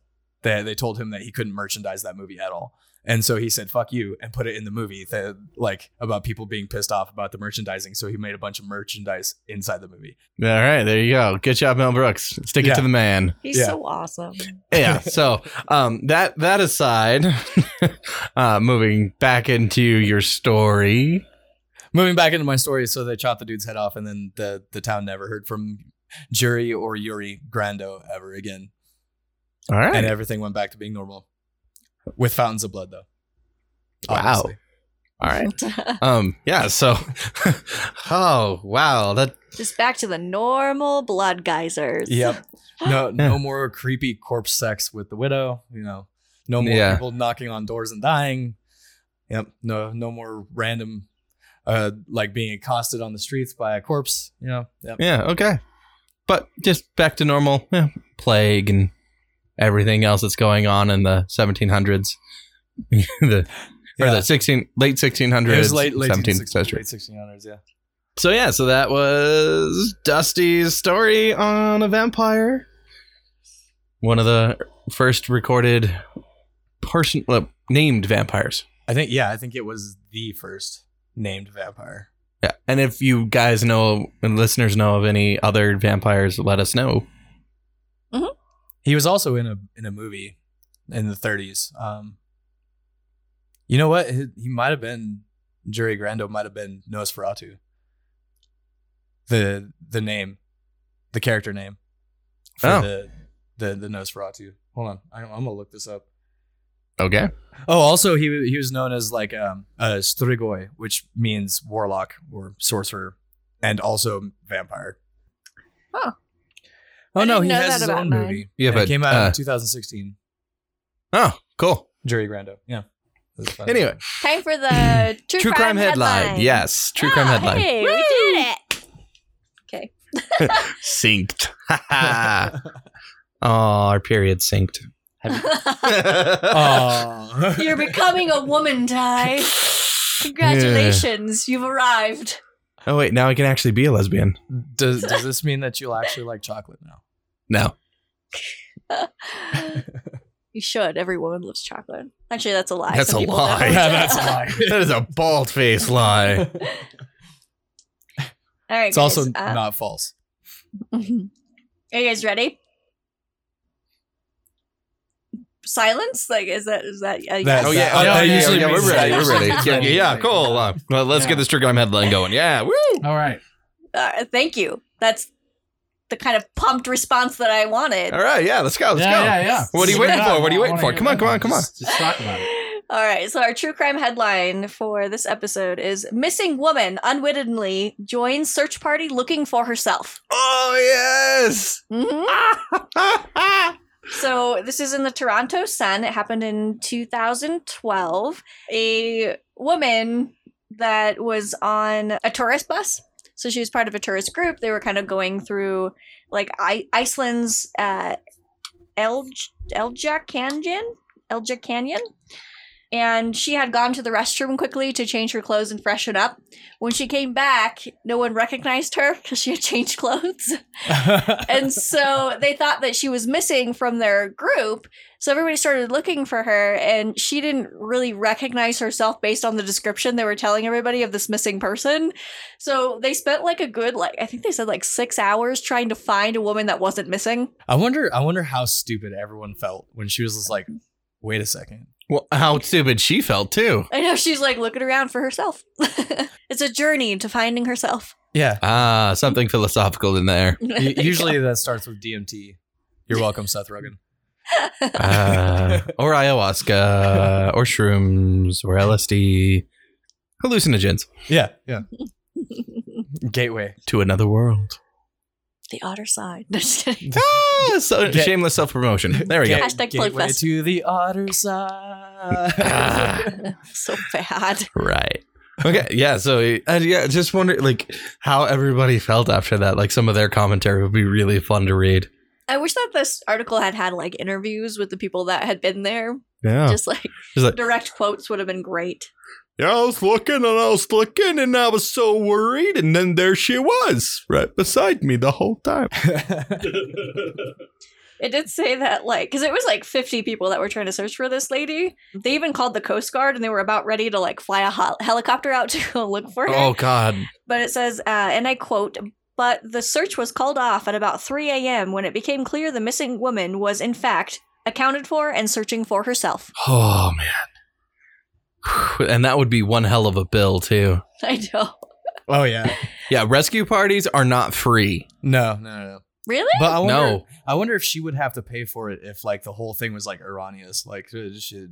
Speaker 5: They, they told him that he couldn't merchandise that movie at all. And so he said, fuck you, and put it in the movie that, like about people being pissed off about the merchandising. So he made a bunch of merchandise inside the movie.
Speaker 4: All right, there you go. Good job, Mel Brooks. Stick it
Speaker 5: Yeah.
Speaker 4: to the man.
Speaker 3: He's
Speaker 5: Yeah.
Speaker 3: so awesome.
Speaker 4: yeah so um that that aside uh moving back into your story
Speaker 5: Moving back into my story, so they chopped the dude's head off, and then the the town never heard from Jury or Yuri Grando ever again,
Speaker 4: All right.
Speaker 5: and everything went back to being normal. With fountains of blood, though.
Speaker 4: Wow. All right. Um. Yeah. So. oh wow. That.
Speaker 3: Just back to the normal blood geysers.
Speaker 5: Yep. No, no more creepy corpse sex with the widow. You know, no more
Speaker 4: Yeah.
Speaker 5: people knocking on doors and dying. Yep. No, no more random, uh, like being accosted on the streets by a corpse. You know. Yep.
Speaker 4: Yeah. Okay. But just back to normal. Yeah, plague and everything else that's going on in the 1700s. the. Or
Speaker 5: Yeah.
Speaker 4: the 16 late 1600s,
Speaker 5: It was late, late
Speaker 4: 17th
Speaker 5: 1600s,
Speaker 4: century.
Speaker 5: late 1600s. Yeah.
Speaker 4: So yeah, so that was Dusty's story on a vampire. One of the first recorded person uh, named vampires.
Speaker 5: I think. Yeah, I think it was the first named vampire.
Speaker 4: Yeah. And if you guys know and listeners know of any other vampires, let us know.
Speaker 5: He was also in a in a movie in the 30s. Um, you know what? He, he might have been Jerry Grando. Might have been Nosferatu. The the name, the character name for
Speaker 4: Oh.
Speaker 5: the, the the Nosferatu. Hold on, I, I'm gonna look this up.
Speaker 4: Okay.
Speaker 5: Oh, also he wa- he was known as like um, a Strigoi, which means warlock or sorcerer, and also vampire.
Speaker 3: Huh.
Speaker 5: Oh
Speaker 3: I
Speaker 5: no,
Speaker 3: didn't
Speaker 5: he
Speaker 3: know
Speaker 5: has
Speaker 3: that
Speaker 5: his
Speaker 3: about
Speaker 5: own
Speaker 3: mine.
Speaker 5: movie.
Speaker 4: Yeah,
Speaker 5: and it
Speaker 4: but,
Speaker 5: came out
Speaker 4: uh,
Speaker 5: in 2016.
Speaker 4: Oh, cool.
Speaker 5: Jerry Grando. Yeah.
Speaker 4: Anyway,
Speaker 3: Time for the true,
Speaker 4: true crime, headline. Yes, true crime
Speaker 3: Ah,
Speaker 4: headline.
Speaker 3: Hey, we did it.
Speaker 4: Synced. oh, our period synced.
Speaker 5: Oh.
Speaker 3: You're becoming a woman, Ty. Congratulations, you've arrived.
Speaker 4: oh wait, now I can actually be a lesbian.
Speaker 5: does does this mean that you'll actually like chocolate now?
Speaker 4: No.
Speaker 3: you should. Every woman loves chocolate. Actually, that's a lie.
Speaker 4: That's
Speaker 3: Some
Speaker 4: a
Speaker 3: people
Speaker 4: lie.
Speaker 3: don't.
Speaker 4: Yeah, that's a that is a bald faced lie.
Speaker 3: All right.
Speaker 5: It's also
Speaker 3: guys, uh,
Speaker 5: not false.
Speaker 3: Are you guys ready? Silence? Like, is that is that? Uh,
Speaker 5: That-
Speaker 4: Oh yeah,
Speaker 5: Oh,
Speaker 4: oh, yeah,
Speaker 5: yeah, yeah,
Speaker 4: yeah,
Speaker 5: yeah,
Speaker 4: we're
Speaker 5: yeah,
Speaker 4: ready,
Speaker 5: yeah,
Speaker 4: we're ready.
Speaker 5: yeah,
Speaker 4: Yeah,
Speaker 5: yeah,
Speaker 4: yeah, cool. Uh, well, let's get this trigger on headline going. Yeah, woo!
Speaker 6: All right.
Speaker 3: Uh, thank you. That's the kind of pumped response that I wanted.
Speaker 4: All right, yeah, let's go, let's
Speaker 6: yeah,
Speaker 4: go.
Speaker 6: yeah, yeah.
Speaker 4: What are you
Speaker 6: Spit
Speaker 4: waiting
Speaker 6: it out.
Speaker 4: for? What are you
Speaker 6: I
Speaker 4: waiting
Speaker 6: wanna
Speaker 4: for?
Speaker 6: hear
Speaker 4: Come on,
Speaker 6: it.
Speaker 4: come on, come on.
Speaker 6: Just, just talk about it.
Speaker 3: All right, so our true crime headline for this episode is Missing Woman Unwittingly Joins Search Party Looking for Herself.
Speaker 4: Oh yes!
Speaker 3: hmm So this is in the Toronto Sun. It happened in 2012. A woman that was on a tourist bus. So she was part of a tourist group. They were kind of going through like I- Iceland's uh, El- Elja Canyon, Elja Canyon. And she had gone to the restroom quickly to change her clothes and freshen up. When she came back, no one recognized her because she had changed clothes and so they thought that she was missing from their group. So everybody started looking for her, and she didn't really recognize herself based on the description they were telling everybody of this missing person. So they spent like a good, like, I think they said like six hours trying to find a woman that wasn't missing.
Speaker 5: I wonder I wonder how stupid everyone felt when she was just like, wait a second.
Speaker 4: well, how stupid she felt too.
Speaker 3: I know she's like looking around for herself. it's a journey to finding herself.
Speaker 5: Yeah.
Speaker 4: Ah, something philosophical in there.
Speaker 5: U- Usually that starts with DMT. You're welcome, Seth Rogen.
Speaker 4: Uh, or ayahuasca, or shrooms, or LSD, hallucinogens
Speaker 5: Yeah. Yeah.
Speaker 3: the
Speaker 5: Gateway.
Speaker 4: to another world.
Speaker 3: otter side. No, just kidding.
Speaker 4: Ah, so
Speaker 5: Ga-
Speaker 4: shameless self promotion. There we go.
Speaker 5: Ga-
Speaker 3: Hashtag plug
Speaker 5: gateway
Speaker 3: fest.
Speaker 5: to the otter
Speaker 4: Ah.
Speaker 5: side.
Speaker 3: so bad.
Speaker 4: Right. Okay. Yeah. So uh, yeah, just wonder like how everybody felt after that. Like some of their commentary would be really fun to read.
Speaker 3: I wish that this article had had like interviews with the people that had been there.
Speaker 4: Yeah.
Speaker 3: Just like
Speaker 4: Just like-
Speaker 3: direct quotes would have been great.
Speaker 4: yeah, I was looking and I was looking and I was so worried, and then there she was, right beside me the whole time.
Speaker 3: It did say that, like, because it was like 50 people that were trying to search for this lady. They even called the Coast Guard and they were about ready to like fly a hel- helicopter out to go look for her.
Speaker 4: Oh God.
Speaker 3: But it says, uh, and I quote, but the search was called off at about 3 a.m. when it became clear the missing woman was, in fact, accounted for and searching for herself.
Speaker 4: Oh man. And that would be one hell of a bill, too.
Speaker 3: I know.
Speaker 5: Oh yeah.
Speaker 4: Yeah, rescue parties are not free.
Speaker 5: No, no, no.
Speaker 3: Really?
Speaker 5: But I wonder,
Speaker 4: No.
Speaker 5: I wonder if she would have to pay for it if like the whole thing was like erroneous. Like she, she,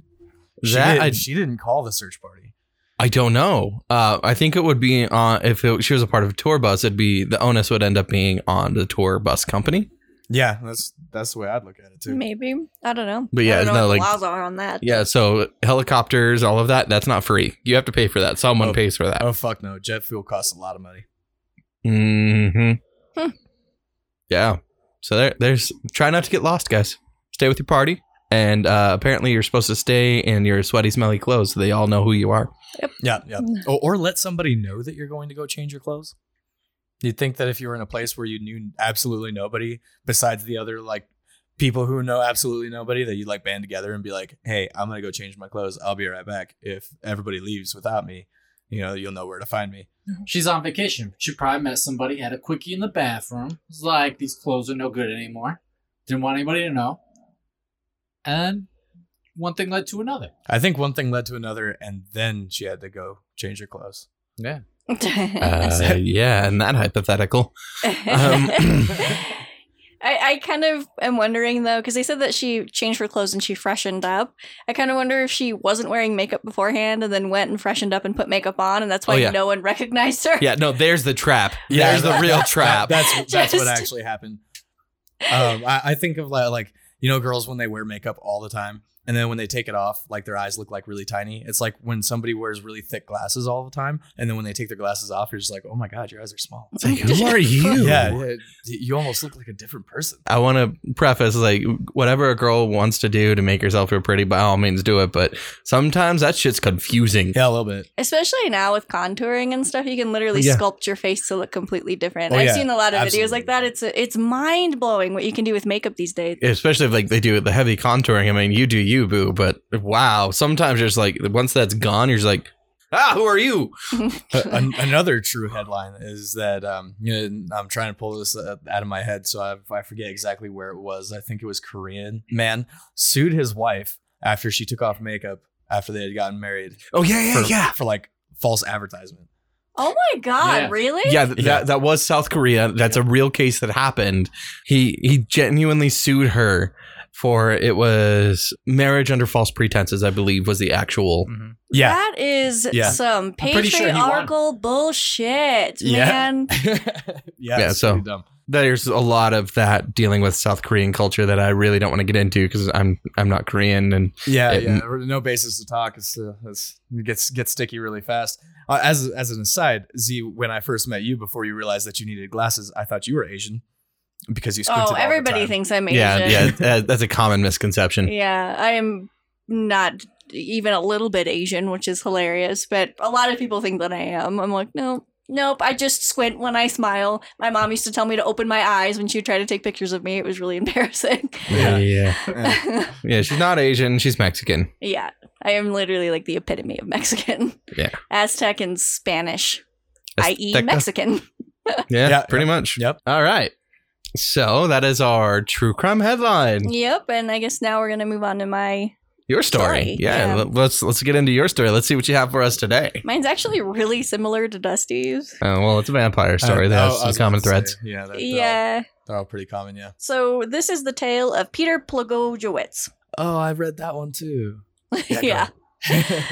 Speaker 5: she
Speaker 4: That
Speaker 5: didn't,
Speaker 4: I-
Speaker 5: she didn't call the search party.
Speaker 4: I don't know. Uh, I think it would be on if it, she was a part of a tour bus. It'd be the onus would end up being on the tour bus company.
Speaker 5: Yeah, that's that's the way I'd look at it too.
Speaker 3: Maybe. I don't know.
Speaker 4: But yeah,
Speaker 3: I don't know
Speaker 4: no,
Speaker 3: what
Speaker 4: like-
Speaker 3: the laws are on that.
Speaker 4: Yeah, so helicopters, all of that, that's not free. You have to pay for that. Someone
Speaker 5: Oh.
Speaker 4: pays for that.
Speaker 5: Oh fuck no, jet fuel costs a lot of money. Oh.
Speaker 4: hmm
Speaker 3: Hmm.
Speaker 4: Yeah. So there, there's try not to get lost, guys. Stay with your party, and uh, apparently you're supposed to stay in your sweaty, smelly clothes, so they all know who you are.
Speaker 5: Yeah, yeah. Or, or let somebody know that you're going to go change your clothes. You'd think that if you were in a place where you knew absolutely nobody besides the other like people who know absolutely nobody, that you'd like band together and be like, "Hey, I'm gonna go change my clothes. I'll be right back." If everybody leaves without me, you know you'll know where to find me.
Speaker 6: She's on vacation. She probably met somebody, had a quickie in the bathroom. Was like, these clothes are no good anymore. Didn't want anybody to know. And one thing led to another.
Speaker 5: I think one thing led to another, and then she had to go change her clothes.
Speaker 4: Uh, yeah, and that hypothetical. um,
Speaker 3: I, I kind of am wondering though, because they said that she changed her clothes and she freshened up. I kind of wonder if she wasn't wearing makeup beforehand and then went and freshened up and put makeup on, and that's why
Speaker 4: Oh, yeah.
Speaker 3: no one recognized her.
Speaker 4: Yeah, no, there's the trap.
Speaker 5: Yeah,
Speaker 4: there's the
Speaker 5: that-
Speaker 4: real
Speaker 5: that-
Speaker 4: trap.
Speaker 5: that's that's what
Speaker 3: Just-
Speaker 5: actually happened. Um, I, I think of like, like you know girls when they wear makeup all the time, and then when they take it off, like their eyes look like really tiny. It's like when somebody wears really thick glasses all the time, and then when they take their glasses off, you're just like, oh my god, your eyes are small.
Speaker 4: It's like, who are you?
Speaker 5: Yeah, yeah, you almost look like a different person.
Speaker 4: I want to preface like whatever a girl wants to do to make herself feel pretty, by all means, do it. But sometimes that shit's confusing.
Speaker 5: Yeah, a little bit.
Speaker 3: Especially now with contouring and stuff, you can literally
Speaker 4: Yeah.
Speaker 3: sculpt your face to look completely different.
Speaker 5: Oh,
Speaker 3: I've
Speaker 5: yeah,
Speaker 3: seen a lot of videos
Speaker 5: absolutely.
Speaker 3: like that. It's it's mind blowing what you can do with makeup these days.
Speaker 4: especially if like they do the heavy contouring. I mean, you do you, boo, but wow, sometimes you're just like once that's gone, you're just like, ah, who are you?
Speaker 5: A- Uh, an- another true headline is that um, you know, I'm trying to pull this uh, out of my head, so I, I forget exactly where it was. I think it was Korean man sued his wife after she took off makeup after they had gotten married.
Speaker 4: Oh yeah,
Speaker 5: for, for like false advertisement.
Speaker 3: oh my god,
Speaker 6: Yeah.
Speaker 3: really?
Speaker 4: Yeah, th-
Speaker 5: Yeah.
Speaker 4: that that was South Korea. That's a real case that happened. He he genuinely sued her for it was marriage under false pretenses. I believe was the actual.
Speaker 3: That is
Speaker 5: Yeah.
Speaker 3: some
Speaker 6: I'm pretty sure he won.
Speaker 3: patriarchal bullshit,
Speaker 5: Yeah.
Speaker 3: man.
Speaker 5: yeah,
Speaker 4: Yeah,
Speaker 5: it's
Speaker 4: so-
Speaker 5: pretty dumb.
Speaker 4: There's a lot of that dealing with South Korean culture that I really don't want to get into because I'm I'm not Korean and
Speaker 5: Yeah,
Speaker 4: It-
Speaker 5: yeah, no basis to talk. It's, uh, it's it gets gets sticky really fast. Uh, as as an aside, Z, when I first met you, before you realized that you needed glasses, I thought you were Asian because you squinted. all
Speaker 3: Oh,
Speaker 5: the
Speaker 3: everybody
Speaker 5: time.
Speaker 3: thinks I'm Asian.
Speaker 4: yeah yeah that- that's a common misconception.
Speaker 3: Yeah, I am not even a little bit Asian, which is hilarious, but a lot of people think that I am. I'm like, no, nope, I just squint when I smile. My mom used to tell me to open my eyes when she would try to take pictures of me. It was really embarrassing.
Speaker 5: Yeah.
Speaker 4: yeah
Speaker 5: Yeah.
Speaker 4: yeah. She's not Asian. She's Mexican.
Speaker 3: yeah, I am literally like the epitome of Mexican.
Speaker 4: Yeah.
Speaker 3: Aztec and Spanish, i.e.,
Speaker 4: Azteca.
Speaker 3: E Mexican.
Speaker 4: Yeah,
Speaker 5: Yeah,
Speaker 4: pretty much.
Speaker 5: Yep.
Speaker 4: All right. So that is our true crime headline.
Speaker 3: Yep, and I guess now we're going to move on to my.
Speaker 4: Your story.
Speaker 3: Story,
Speaker 4: Yeah,
Speaker 3: yeah.
Speaker 4: let- Let's let's get into your story. Let's see what you have for us today.
Speaker 3: Mine's actually really similar to Dusty's.
Speaker 4: Uh, well, it's a vampire story.
Speaker 5: Uh,
Speaker 4: that
Speaker 5: I
Speaker 4: has some
Speaker 5: was
Speaker 4: common
Speaker 5: about
Speaker 4: threads.
Speaker 5: to say, yeah, they're, they're all,
Speaker 3: Yeah.
Speaker 5: they're all pretty common. Yeah.
Speaker 3: So this is the tale of Peter Plagojewicz.
Speaker 5: Oh, I read that one too. go
Speaker 3: yeah.
Speaker 5: ahead.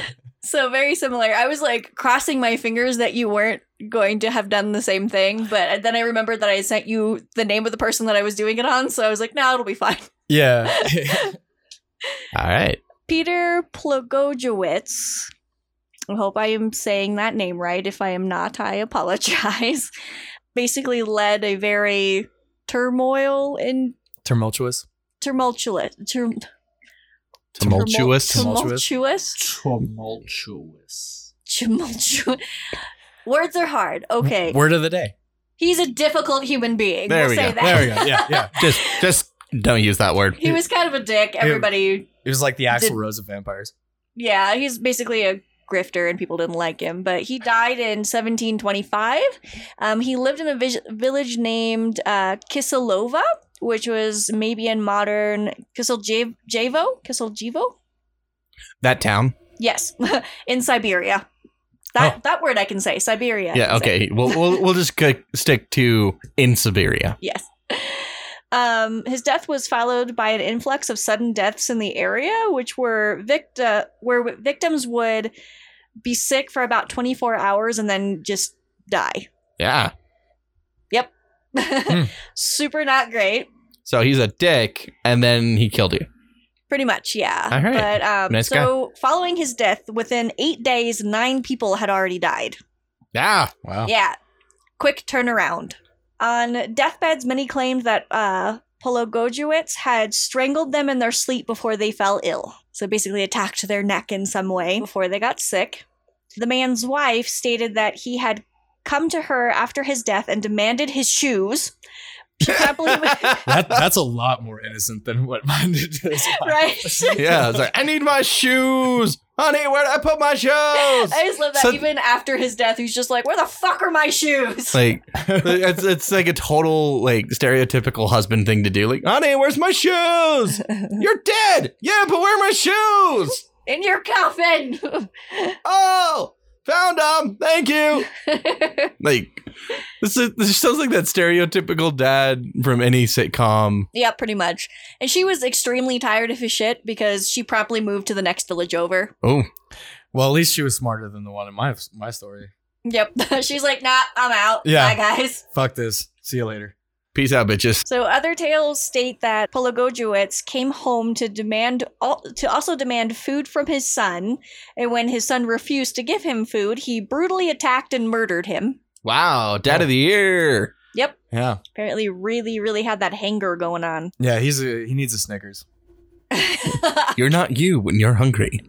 Speaker 3: So very similar. I was like crossing my fingers that you weren't going to have done the same thing, but then I remembered that I sent you the name of the person that I was doing it on, so I was like, no, it'll be fine.
Speaker 5: yeah.
Speaker 4: All right.
Speaker 3: Peter Plagojewicz. I hope I am saying that name right. If I am not, I apologize. Basically led a very turmoil and
Speaker 5: Tumultuous.
Speaker 3: tumultuous tur-
Speaker 4: Tumultuous.
Speaker 5: Tumultuous.
Speaker 3: tumultuous
Speaker 6: Tumultuous.
Speaker 3: tumultuous. Words are hard. Okay.
Speaker 5: Word of the day.
Speaker 3: He's a difficult human being.
Speaker 4: There
Speaker 3: we'll
Speaker 4: we
Speaker 3: say
Speaker 4: go.
Speaker 3: that.
Speaker 5: There we go. Yeah, yeah.
Speaker 4: just just don't use that word.
Speaker 3: he was kind of a dick. Everybody,
Speaker 5: It was like the Axl
Speaker 3: Did-
Speaker 5: Rose of vampires.
Speaker 3: yeah, he's basically a grifter, and people didn't like him. But he died in 1725. Um, he lived in a vis- village named uh, Kisilova, which was maybe in modern Kisiljevo, Kisiljevo,
Speaker 4: That town.
Speaker 3: Yes, in Siberia. That
Speaker 4: Oh.
Speaker 3: that word I can say. Siberia. I
Speaker 4: Yeah,
Speaker 3: can say.
Speaker 4: okay. We'll we'll, we'll just c- stick to in Siberia.
Speaker 3: Yes. Um, his death was followed by an influx of sudden deaths in the area, which were victi- where w- victims would be sick for about 24 hours and then just die.
Speaker 4: Yeah.
Speaker 3: Super not great,
Speaker 4: So he's a dick, and then he killed you.
Speaker 3: pretty much, yeah.
Speaker 4: All right.
Speaker 3: But um,
Speaker 4: Nice
Speaker 3: so following his death, within eight days, nine people had already died.
Speaker 4: Yeah. Wow.
Speaker 3: Yeah. Quick turnaround. On deathbeds, many claimed that uh, Pologojewicz had strangled them in their sleep before they fell ill. So basically, attacked their neck in some way before they got sick. The man's wife stated that he had come to her after his death and demanded his shoes. She can't believe it.
Speaker 5: That, that's a lot more innocent than what mine did. to this one.
Speaker 3: Right?
Speaker 4: yeah. It's like I need my shoes, honey. Where would I put my shoes?
Speaker 3: I just love that.
Speaker 4: So-
Speaker 3: Even after his death, he's just like, "Where the fuck are my shoes?"
Speaker 4: Like it's it's like a total like stereotypical husband thing to do. Like, honey, where's my shoes? You're dead. Yeah, but where are my shoes?
Speaker 3: In your coffin.
Speaker 4: Oh, found them. Thank you. Like this is this sounds like that stereotypical dad from any sitcom.
Speaker 3: Yeah, pretty much. And she was extremely tired of his shit because she promptly moved to the next village over.
Speaker 4: Oh,
Speaker 5: Well, at least she was smarter than the one in my my story.
Speaker 3: Yep. She's like, nah, I'm out.
Speaker 5: Yeah.
Speaker 3: Bye, guys.
Speaker 5: Fuck this. See you later.
Speaker 4: peace out, bitches.
Speaker 3: So other tales state that Pologojewicz came home to demand al- to also demand food from his son, and when his son refused to give him food, he brutally attacked and murdered him.
Speaker 4: Wow, dad of the year.
Speaker 3: Yep.
Speaker 5: Yeah.
Speaker 3: Apparently really, really had that hanger going on.
Speaker 5: Yeah. He's a he needs a Snickers.
Speaker 4: You're not you when you're hungry.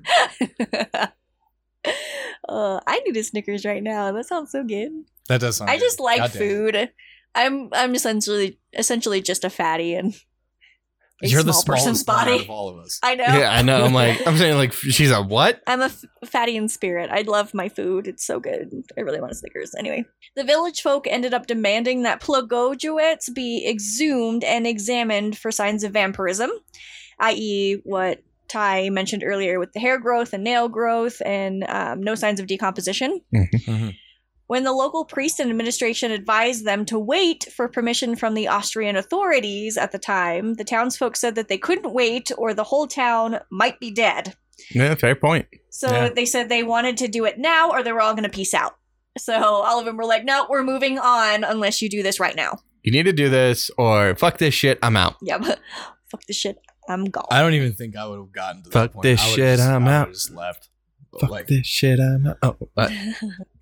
Speaker 3: Uh, I need a Snickers right now. That sounds so good.
Speaker 5: That does sound.
Speaker 3: I
Speaker 5: good.
Speaker 3: just like
Speaker 5: Goddamn.
Speaker 3: food. I'm I'm essentially essentially just a fatty and a
Speaker 5: You're the
Speaker 3: small
Speaker 5: smallest
Speaker 3: person's
Speaker 5: one
Speaker 3: body.
Speaker 5: out of all of us.
Speaker 3: I know.
Speaker 4: Yeah, I know. I'm like, I'm saying like, she's a what?
Speaker 3: I'm a f- fatty in spirit. I love my food. It's so good. I really want a Snickers. Anyway, the village folk ended up demanding that Plagojewicz be exhumed and examined for signs of vampirism, i.e., what Ty mentioned earlier with the hair growth and nail growth and um, no signs of decomposition.
Speaker 5: Mhm.
Speaker 3: When the local priest and administration advised them to wait for permission from the Austrian authorities at the time, the townsfolk said that they couldn't wait or the whole town might be dead.
Speaker 4: Yeah, fair point.
Speaker 3: So
Speaker 5: Yeah.
Speaker 3: they said they wanted to do it now or they were all going to peace out. So all of them were like, no, we're moving on unless you do this right now.
Speaker 4: You need to do this, or fuck this shit. I'm out.
Speaker 3: Yep. Fuck this shit. I'm gone.
Speaker 5: I don't even think I would have gotten to that
Speaker 4: Fuck
Speaker 5: point.
Speaker 4: this
Speaker 5: I would've
Speaker 4: shit,
Speaker 5: just-
Speaker 4: I'm
Speaker 5: I
Speaker 4: out.
Speaker 5: would've Just left. But,
Speaker 4: Fuck
Speaker 5: like,
Speaker 4: this shit. I'm out. Oh, uh,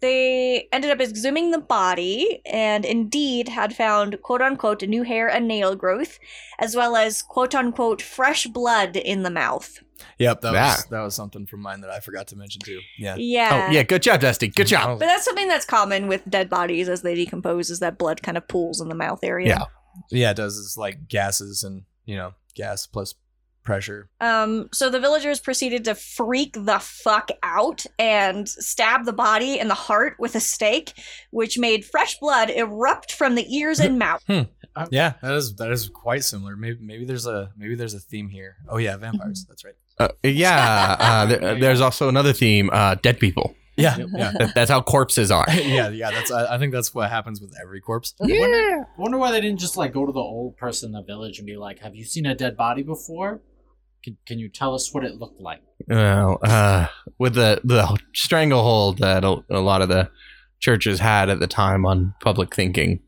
Speaker 3: they ended up exhuming the body and indeed had found quote unquote new hair and nail growth, as well as quote unquote fresh blood in the mouth.
Speaker 5: Yep. That, was
Speaker 4: That.
Speaker 5: that was something from mine that I forgot to mention too. Yeah.
Speaker 3: Yeah.
Speaker 4: oh, yeah. Good job, Dusty. Good job.
Speaker 3: But that's something that's common with dead bodies as they decompose, is that blood kind of pools in the mouth area.
Speaker 4: Yeah.
Speaker 5: Yeah, it does. It's like gases and you know gas plus pressure.
Speaker 3: Um, so the villagers proceeded to freak the fuck out and stab the body in the heart with a stake, which made fresh blood erupt from the ears and mouth.
Speaker 5: Yeah, that is that is quite similar. Maybe maybe there's a maybe there's a theme here. Oh yeah, vampires. That's right.
Speaker 4: Uh, yeah. Uh, there, there's also another theme: uh, dead people.
Speaker 5: Yeah,
Speaker 6: Yep.
Speaker 5: yeah,
Speaker 4: That, that's how corpses are.
Speaker 5: yeah, yeah. That's I, I think that's what happens with every corpse.
Speaker 6: Wonder, wonder why they didn't just like go to the old person in the village and be like, "Have you seen a dead body before? Can, can you tell us what it looked like?"
Speaker 4: Well, uh, with the the stranglehold that a, a lot of the churches had at the time on public thinking,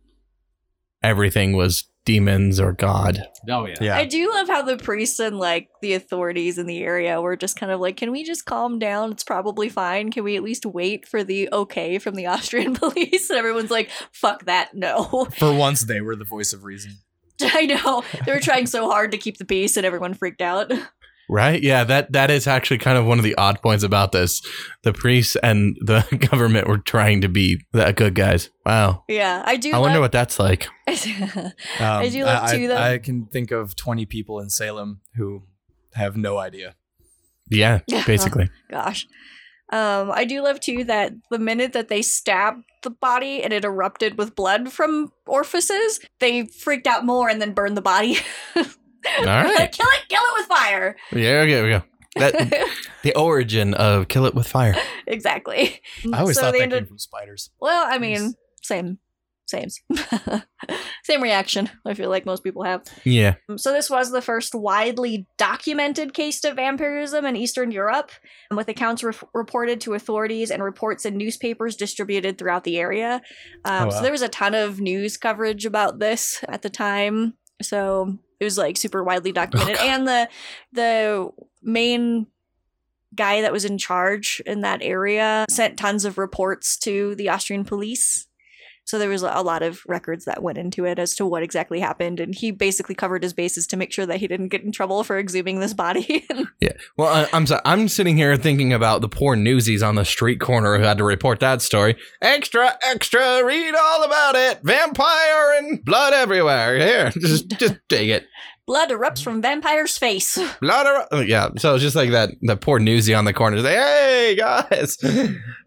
Speaker 4: everything was demons or God.
Speaker 6: Oh yeah,
Speaker 5: Yeah,
Speaker 3: I do love how the priests and like the authorities in the area were just kind of like, can we just calm down? It's probably fine. Can we at least wait for the okay from the Austrian police? And everyone's like, fuck that, no.
Speaker 5: for once they were the voice of reason.
Speaker 3: I know. They were trying so hard to keep the peace and everyone freaked out.
Speaker 4: Right? Yeah, that that is actually kind of one of the odd points about this. The priests and the government were trying to be the good guys. Wow.
Speaker 3: yeah. I do
Speaker 4: I wonder
Speaker 3: love-
Speaker 4: what that's like.
Speaker 5: Um, I
Speaker 3: do love
Speaker 5: I,
Speaker 3: too, though-
Speaker 5: I can think of 20 people in Salem who have no idea.
Speaker 4: Yeah, basically.
Speaker 3: gosh. Um, I do love too that the minute that they stabbed the body and it erupted with blood from orifices, they freaked out more and then burned the body.
Speaker 4: All right.
Speaker 3: kill it, kill it with fire.
Speaker 4: Yeah, okay, we go.
Speaker 5: Uh,
Speaker 4: That
Speaker 5: mm.
Speaker 4: the origin of kill it with fire.
Speaker 3: exactly.
Speaker 5: I always
Speaker 3: so
Speaker 5: thought
Speaker 3: they
Speaker 5: that
Speaker 3: ended.
Speaker 5: came from spiders.
Speaker 3: Well, I mean, same, same, same reaction. I feel like most people have.
Speaker 4: Yeah.
Speaker 3: Mm, So this was the first widely documented case of vampirism in Eastern Europe, and with accounts ref reported to authorities and reports in newspapers distributed throughout the area. Um,
Speaker 5: Oh,
Speaker 3: So
Speaker 5: wow.
Speaker 3: there was a ton of news coverage about this at the time. So it was like super widely documented,
Speaker 4: God.
Speaker 3: and the the main guy that was in charge in that area sent tons of reports to the Austrian police. So there was a lot of records that went into it as to what exactly happened, and he basically covered his bases to make sure that he didn't get in trouble for exhuming this body.
Speaker 4: Well, I, I'm sorry. I'm sitting here thinking about the poor newsies on the street corner who had to report that story. Extra, extra, read all about it. Vampire and blood everywhere. Here, just just take it.
Speaker 3: Blood erupts from vampire's face.
Speaker 4: Blood. ar- oh, yeah. So it's just like that. That poor newsie on the corner. Say, hey guys,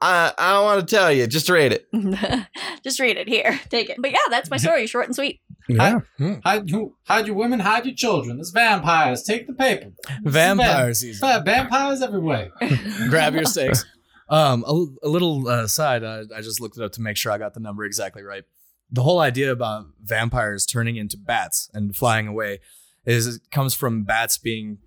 Speaker 4: I I want to tell you. Just read it.
Speaker 3: Just read it here. Take it. But yeah, that's my story, short and sweet.
Speaker 6: Yeah.
Speaker 4: Hmm.
Speaker 6: Hide, you, hide your women, hide your children. There's vampires. Take the paper.
Speaker 5: Vampire
Speaker 6: There's
Speaker 5: season.
Speaker 6: Vampires everywhere.
Speaker 5: Grab your stakes. Um, a, a little uh, side. I, I just looked it up to make sure I got the number exactly right. The whole idea about vampires turning into bats and flying away is it comes from bats being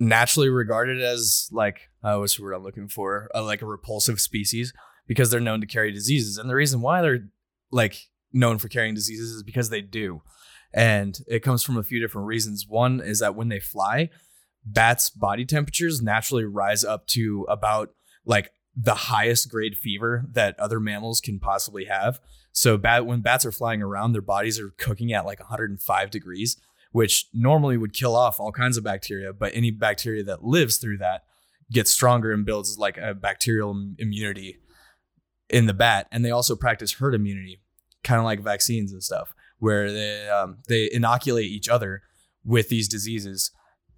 Speaker 5: naturally regarded as like uh, what's the word I'm looking for? Uh, like a repulsive species because they're known to carry diseases, and the reason why they're like known for carrying diseases is because they do, and it comes from a few different reasons. One is that when they fly, bats' body temperatures naturally rise up to about like the highest grade fever that other mammals can possibly have. So bat when bats are flying around, their bodies are cooking at like 105 degrees, which normally would kill off all kinds of bacteria, but any bacteria that lives through that gets stronger and builds like a bacterial im- immunity in the bat. And they also practice herd immunity, kind of like vaccines and stuff, where they um, they inoculate each other with these diseases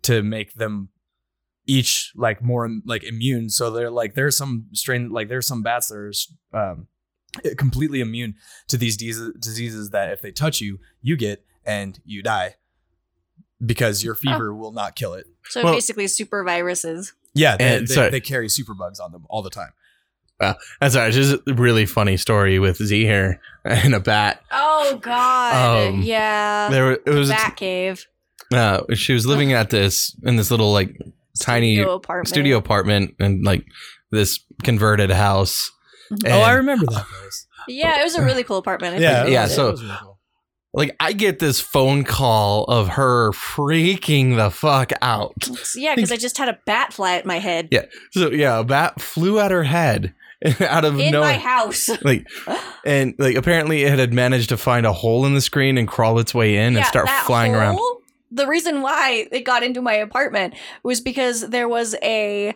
Speaker 5: to make them each like more like immune. So they're like there's some strain like there's some bats that are um, completely immune to these dis- diseases that if they touch you, you get and you die because
Speaker 3: Oh.
Speaker 5: your fever will not kill it.
Speaker 3: So
Speaker 4: Well-
Speaker 3: basically, super viruses.
Speaker 5: Yeah, they,
Speaker 4: And-
Speaker 5: they,
Speaker 4: sorry.
Speaker 5: they carry superbugs on them all the time.
Speaker 4: That's all right. Just a really funny story with Z here and a bat.
Speaker 3: Oh God!
Speaker 4: Um,
Speaker 3: yeah,
Speaker 4: There were- it was a
Speaker 3: Uh,
Speaker 4: t-
Speaker 3: Bat Cave
Speaker 4: uh, she was living at this in this little like tiny
Speaker 3: studio apartment.
Speaker 4: studio apartment and like this converted house.
Speaker 3: Mhm.
Speaker 5: Oh,
Speaker 4: And,
Speaker 5: remember that place.
Speaker 3: Yeah, it was a really cool apartment. I
Speaker 5: yeah,
Speaker 3: think.
Speaker 4: yeah,
Speaker 5: that was-
Speaker 4: so-
Speaker 5: that was really cool.
Speaker 4: Like I get this phone call of her freaking the fuck out.
Speaker 3: It's- yeah, because I just had a bat fly at my head
Speaker 4: Yeah, So yeah, a bat flew at her head out of
Speaker 3: in
Speaker 4: nowhere.
Speaker 3: my house.
Speaker 4: Like and like apparently it had managed to find a hole in the screen and crawl its way in and
Speaker 3: Yeah,
Speaker 4: start
Speaker 3: that
Speaker 4: flying around.
Speaker 3: hole- The reason why it got into my apartment was because there was a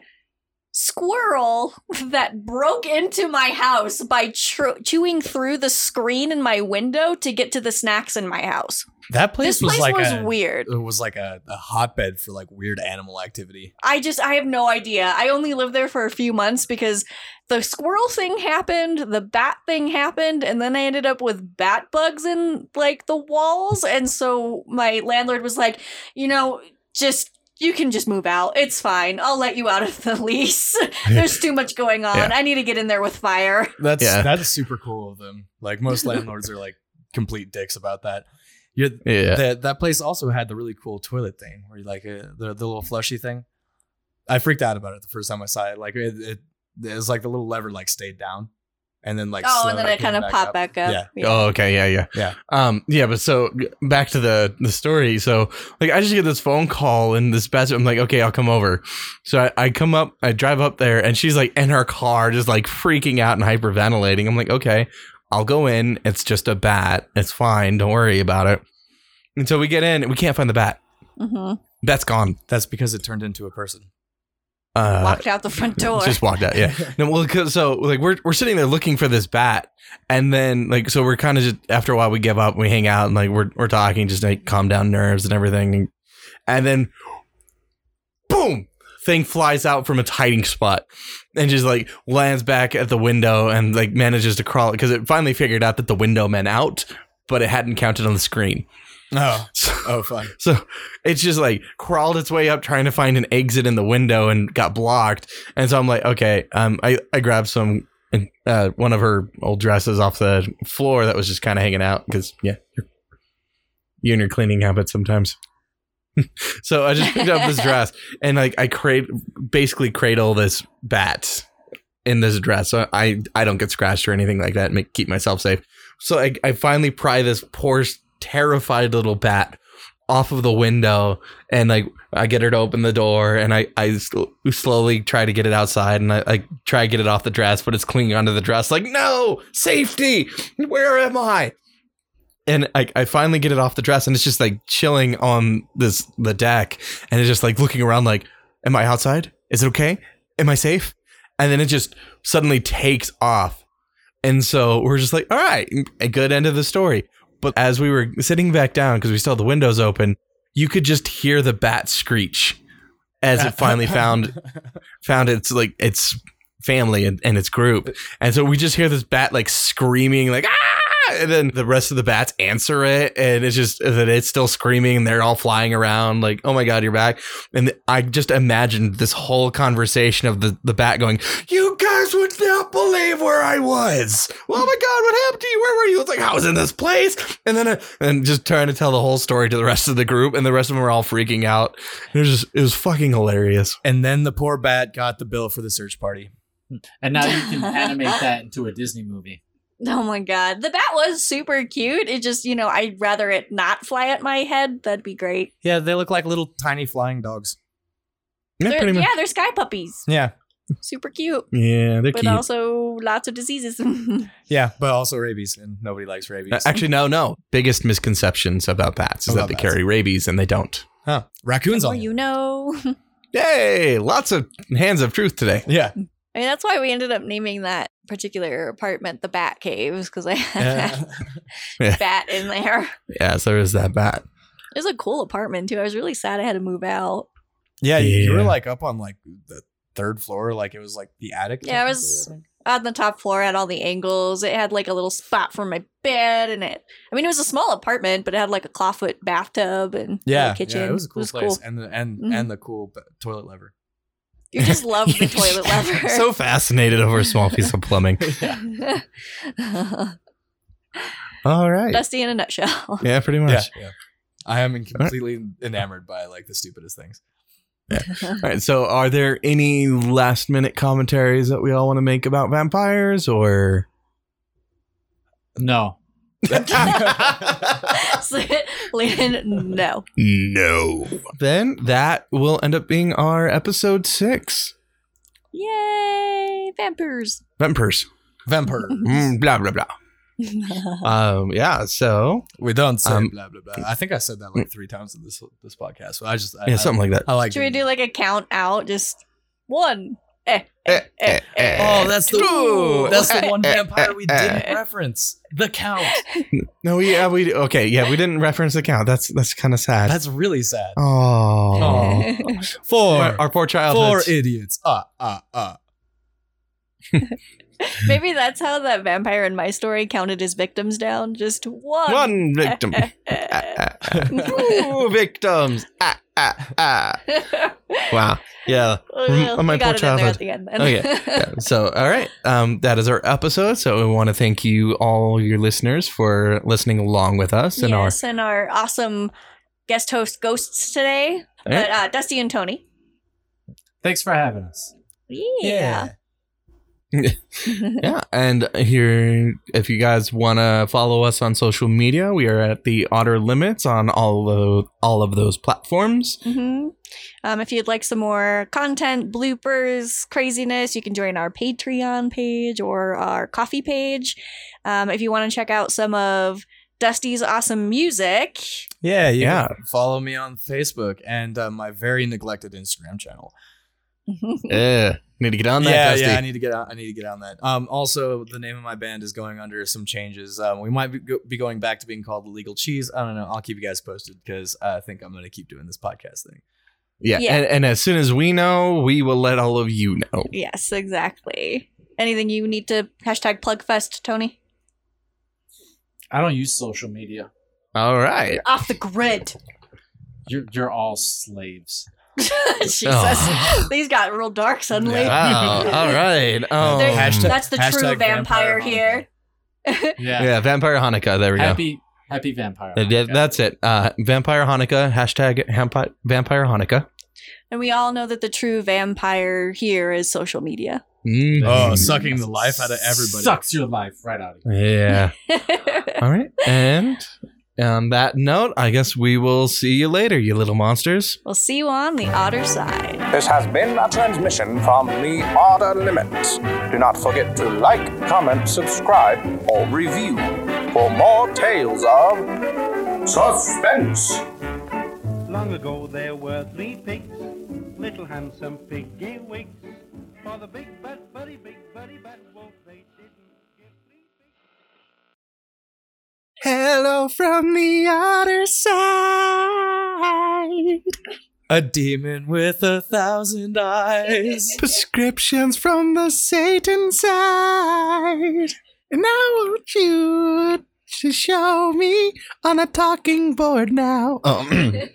Speaker 3: squirrel that broke into my house by chew- chewing through the screen in my window to get to the snacks in my house.
Speaker 5: that place,
Speaker 3: this place
Speaker 5: was like
Speaker 3: was
Speaker 5: a,
Speaker 3: weird.
Speaker 5: It was like a, a hotbed for like weird animal activity.
Speaker 3: I just I have no idea. I only lived there for a few months because the squirrel thing happened, the bat thing happened, and then I ended up with bat bugs in like the walls. And so my landlord was like, you know, just you can just move out. It's fine. I'll let you out of the lease. There's too much going on.
Speaker 4: Yeah.
Speaker 3: I need to get in there with fire.
Speaker 5: That's
Speaker 4: Yeah.
Speaker 5: that's super cool of them. Like most landlords are like complete dicks about that. You're,
Speaker 4: Yeah.
Speaker 5: that that place also had the really cool toilet thing where you like uh, the the little flushy thing. I freaked out about it the first time I saw it. Like it, it, it was like the little lever like stayed down, and then like
Speaker 3: oh,
Speaker 5: slowly
Speaker 3: and then it
Speaker 5: came
Speaker 3: kind of popped
Speaker 5: up.
Speaker 3: back up.
Speaker 5: Yeah.
Speaker 4: Oh, okay, yeah, yeah,
Speaker 5: Yeah.
Speaker 4: Um, yeah, but so g- back to the the story. So like, I just get this phone call and this message. I'm like, okay, I'll come over. So I, I come up, I drive up there, and she's like in her car, just like freaking out and hyperventilating. I'm like, okay, I'll go in. It's just a bat. It's fine. Don't worry about it. And so we get in, and we can't find the bat.
Speaker 3: hmm
Speaker 4: That's gone.
Speaker 5: That's because it turned into a person.
Speaker 4: Uh,
Speaker 3: Walked out the front door.
Speaker 4: just walked out. Yeah. No, well, 'cause- so like we're we're sitting there looking for this bat, and then like so we're kind of just after a while we give up, we hang out, and like we're we're talking, just like calm down nerves and everything, and then boom, thing flies out from its hiding spot, and just like lands back at the window, and like manages to crawl because it finally figured out that the window meant out, but it hadn't counted on the screen.
Speaker 5: Oh,
Speaker 4: So,
Speaker 5: oh, fuck.
Speaker 4: so it's just like crawled its way up trying to find an exit in the window and got blocked. And so I'm like, okay, um, I, I grabbed some uh, one of her old dresses off the floor that was just kind of hanging out because yeah, you're- you and your cleaning habits sometimes. so I just picked up this dress and like I crad basically cradle this bat in this dress. So I I don't get scratched or anything like that. Make keep myself safe. So I, I finally pry this poor terrified little bat off of the window and like I get her to open the door and I I sl- slowly try to get it outside and I, I try to get it off the dress but it's clinging onto the dress like no safety where am I and I, I finally get it off the dress and it's just like chilling on this the deck and it's just like looking around like am I outside is it okay am I safe and then it just suddenly takes off and so we're just like all right a good end of the story but as we were sitting back down, because we still had the windows open, you could just hear the bat screech as it finally found found its like its family and, and its group. And so we just hear this bat like screaming like ah and then the rest of the bats answer it and it's just and then it's still screaming and they're all flying around like, oh my god, you're back. And I just imagined this whole conversation of the, the bat going, You guys would not believe where I was. Oh my god, what happened to you? Where were you? It's like I was in this place. And then I, and just trying to tell the whole story to the rest of the group and the rest of them were all freaking out. It was just it was fucking hilarious.
Speaker 5: And then the poor bat got the bill for the search party.
Speaker 6: And now you can animate that into a Disney movie.
Speaker 3: Oh my god. The bat was super cute. It just, you know, I'd rather it not fly at my head. That'd be great.
Speaker 5: Yeah, they look like little tiny flying dogs.
Speaker 4: Yeah,
Speaker 3: They're-
Speaker 4: pretty much.
Speaker 3: yeah, they're sky puppies.
Speaker 5: Yeah,
Speaker 3: Super cute.
Speaker 4: Yeah, they're
Speaker 3: But
Speaker 4: cute.
Speaker 3: also lots of diseases.
Speaker 5: yeah, but also rabies, and nobody likes rabies.
Speaker 4: Uh, Actually, no, no. Biggest misconceptions about bats is
Speaker 5: About
Speaker 4: that they
Speaker 5: bats.
Speaker 4: carry rabies and they don't.
Speaker 5: huh? Raccoons
Speaker 3: well,
Speaker 5: on you.
Speaker 3: you know.
Speaker 4: Yay! Lots of hands of truth today.
Speaker 5: Yeah,
Speaker 3: I mean, that's why we ended up naming that particular apartment the Bat Caves because I had
Speaker 5: Uh,
Speaker 3: that bat in there.
Speaker 4: Yes, there is that bat.
Speaker 3: It was a cool apartment too. I was really sad I had to move out.
Speaker 5: yeah. You, you were
Speaker 4: Yeah.
Speaker 5: like up on like the third floor, like it was like the attic.
Speaker 3: Yeah, I was-
Speaker 5: technically, I think.
Speaker 3: On the top floor, had all the angles. It had like a little spot for my bed, and it. I mean, it was a small apartment, but it had like a clawfoot bathtub and
Speaker 5: Yeah,
Speaker 3: little kitchen.
Speaker 5: yeah, it was a cool place, and the and
Speaker 3: Mhm.
Speaker 5: and the cool b- toilet lever.
Speaker 3: You just love the toilet lever.
Speaker 4: so fascinated over a small piece of plumbing. All right.
Speaker 3: Dusty in a nutshell.
Speaker 4: yeah, pretty much.
Speaker 5: yeah. I am completely enamored by like the stupidest things.
Speaker 4: All right. So, are there any last minute commentaries that we all want to make about vampires or?
Speaker 6: No.
Speaker 3: So, Landon, no.
Speaker 4: no. Then that will end up being our episode six.
Speaker 3: Yay, vampires.
Speaker 4: Vampires.
Speaker 5: Vampire.
Speaker 4: Mm, blah, blah, blah. Um, yeah. So,
Speaker 5: We don't say
Speaker 4: Um,
Speaker 5: blah blah blah. I think I said that like three times in this this podcast. So I just I,
Speaker 4: yeah,
Speaker 5: I-
Speaker 4: something like that.
Speaker 5: I like.
Speaker 3: Should we do like a count out? Just one. Eh, eh,
Speaker 4: Eh,
Speaker 3: eh, eh.
Speaker 5: Oh, that's the
Speaker 4: Ooh.
Speaker 5: that's the
Speaker 4: Eh,
Speaker 5: one
Speaker 4: eh,
Speaker 5: vampire
Speaker 4: eh,
Speaker 5: we
Speaker 4: eh.
Speaker 5: didn't reference. The count.
Speaker 4: No, we yeah, we okay, yeah, we didn't reference the count. That's that's kind of sad.
Speaker 5: That's really sad.
Speaker 4: oh.
Speaker 5: Four.
Speaker 4: Our, our poor child.
Speaker 5: Four
Speaker 4: has-
Speaker 5: idiots. Ah ah ah.
Speaker 3: Maybe that's how that vampire in my story counted his victims down. Just one.
Speaker 4: one victim.
Speaker 3: Eh,
Speaker 4: Ah,
Speaker 3: eh,
Speaker 4: ah, ah. Ooh, victims. Ah, ah, ah.
Speaker 3: eh.
Speaker 4: Wow. Yeah.
Speaker 3: Well,
Speaker 4: On Mm, my
Speaker 3: Oh, we got it in
Speaker 4: poor
Speaker 3: there
Speaker 4: childhood.
Speaker 3: at the end. Then.
Speaker 4: Okay, yeah. So, all right. Um, that is our episode. So, we want to thank you, all your listeners, for listening along with us. And our
Speaker 3: yes, and our awesome guest host ghosts today,
Speaker 4: Yeah.
Speaker 3: but uh, Dusty and Tony.
Speaker 6: Thanks for having us.
Speaker 3: Yeah.
Speaker 4: yeah, and here, if you guys want to follow us on social media, we are at the Otter Limits on all of all of those platforms.
Speaker 3: hmm Um, if you'd like some more content, bloopers, craziness, you can join our Patreon page or our coffee page. Um, if you want to check out some of Dusty's awesome music,
Speaker 5: Yeah, you
Speaker 4: Yeah.
Speaker 5: can Follow me on Facebook and uh, my very neglected Instagram channel.
Speaker 4: Eh, need to get on that,
Speaker 5: yeah,
Speaker 4: Dusty.
Speaker 5: yeah. I need to get on. I need to get on that. Um, also, the name of my band is going under some changes. Um, we might be, go- be going back to being called Legal Cheese. I don't know. I'll keep you guys posted because I think I'm going to keep doing this podcast thing.
Speaker 4: Yeah,
Speaker 3: Yeah.
Speaker 4: And, and as soon as we know, we will let all of you know.
Speaker 3: yes, exactly. Anything you need to hashtag plugfest, Tony?
Speaker 6: I don't use social media.
Speaker 4: All right.
Speaker 3: You're off the grid.
Speaker 6: You're you're all slaves.
Speaker 3: Jesus. These got real dark suddenly.
Speaker 5: Yeah.
Speaker 4: Oh. Wow. All right. Um,
Speaker 3: There-
Speaker 5: Hashtag-
Speaker 3: That's the true
Speaker 5: hashtag
Speaker 3: vampire,
Speaker 5: vampire
Speaker 3: here.
Speaker 6: Yeah.
Speaker 4: yeah, Vampire Hanukkah. There we go.
Speaker 6: Happy happy vampire.
Speaker 4: Uh, yeah,
Speaker 6: Hanukkah.
Speaker 4: That's it. Uh, Vampire Hanukkah. Hashtag hampi- Vampire Hanukkah.
Speaker 3: And we all know that the true vampire here is social media.
Speaker 4: Mm.
Speaker 5: Oh, sucking the life out of everybody.
Speaker 6: Sucks your life right out of you.
Speaker 4: Yeah. All right. And on that note, I guess we will see you later, you little monsters.
Speaker 3: we'll see you on the otter side.
Speaker 1: This has been a transmission from The Order Limits. Do not forget to like, comment, subscribe, or review for more tales of suspense.
Speaker 7: Long ago there were three pigs, little handsome piggy wigs. For the big bad buddy, big buddy bad wolf, they didn't give three pigs.
Speaker 4: Hello from the other side.
Speaker 5: A demon with a thousand eyes.
Speaker 4: Prescriptions from the Satan side. And I want you to show me on a talking board now. Oh.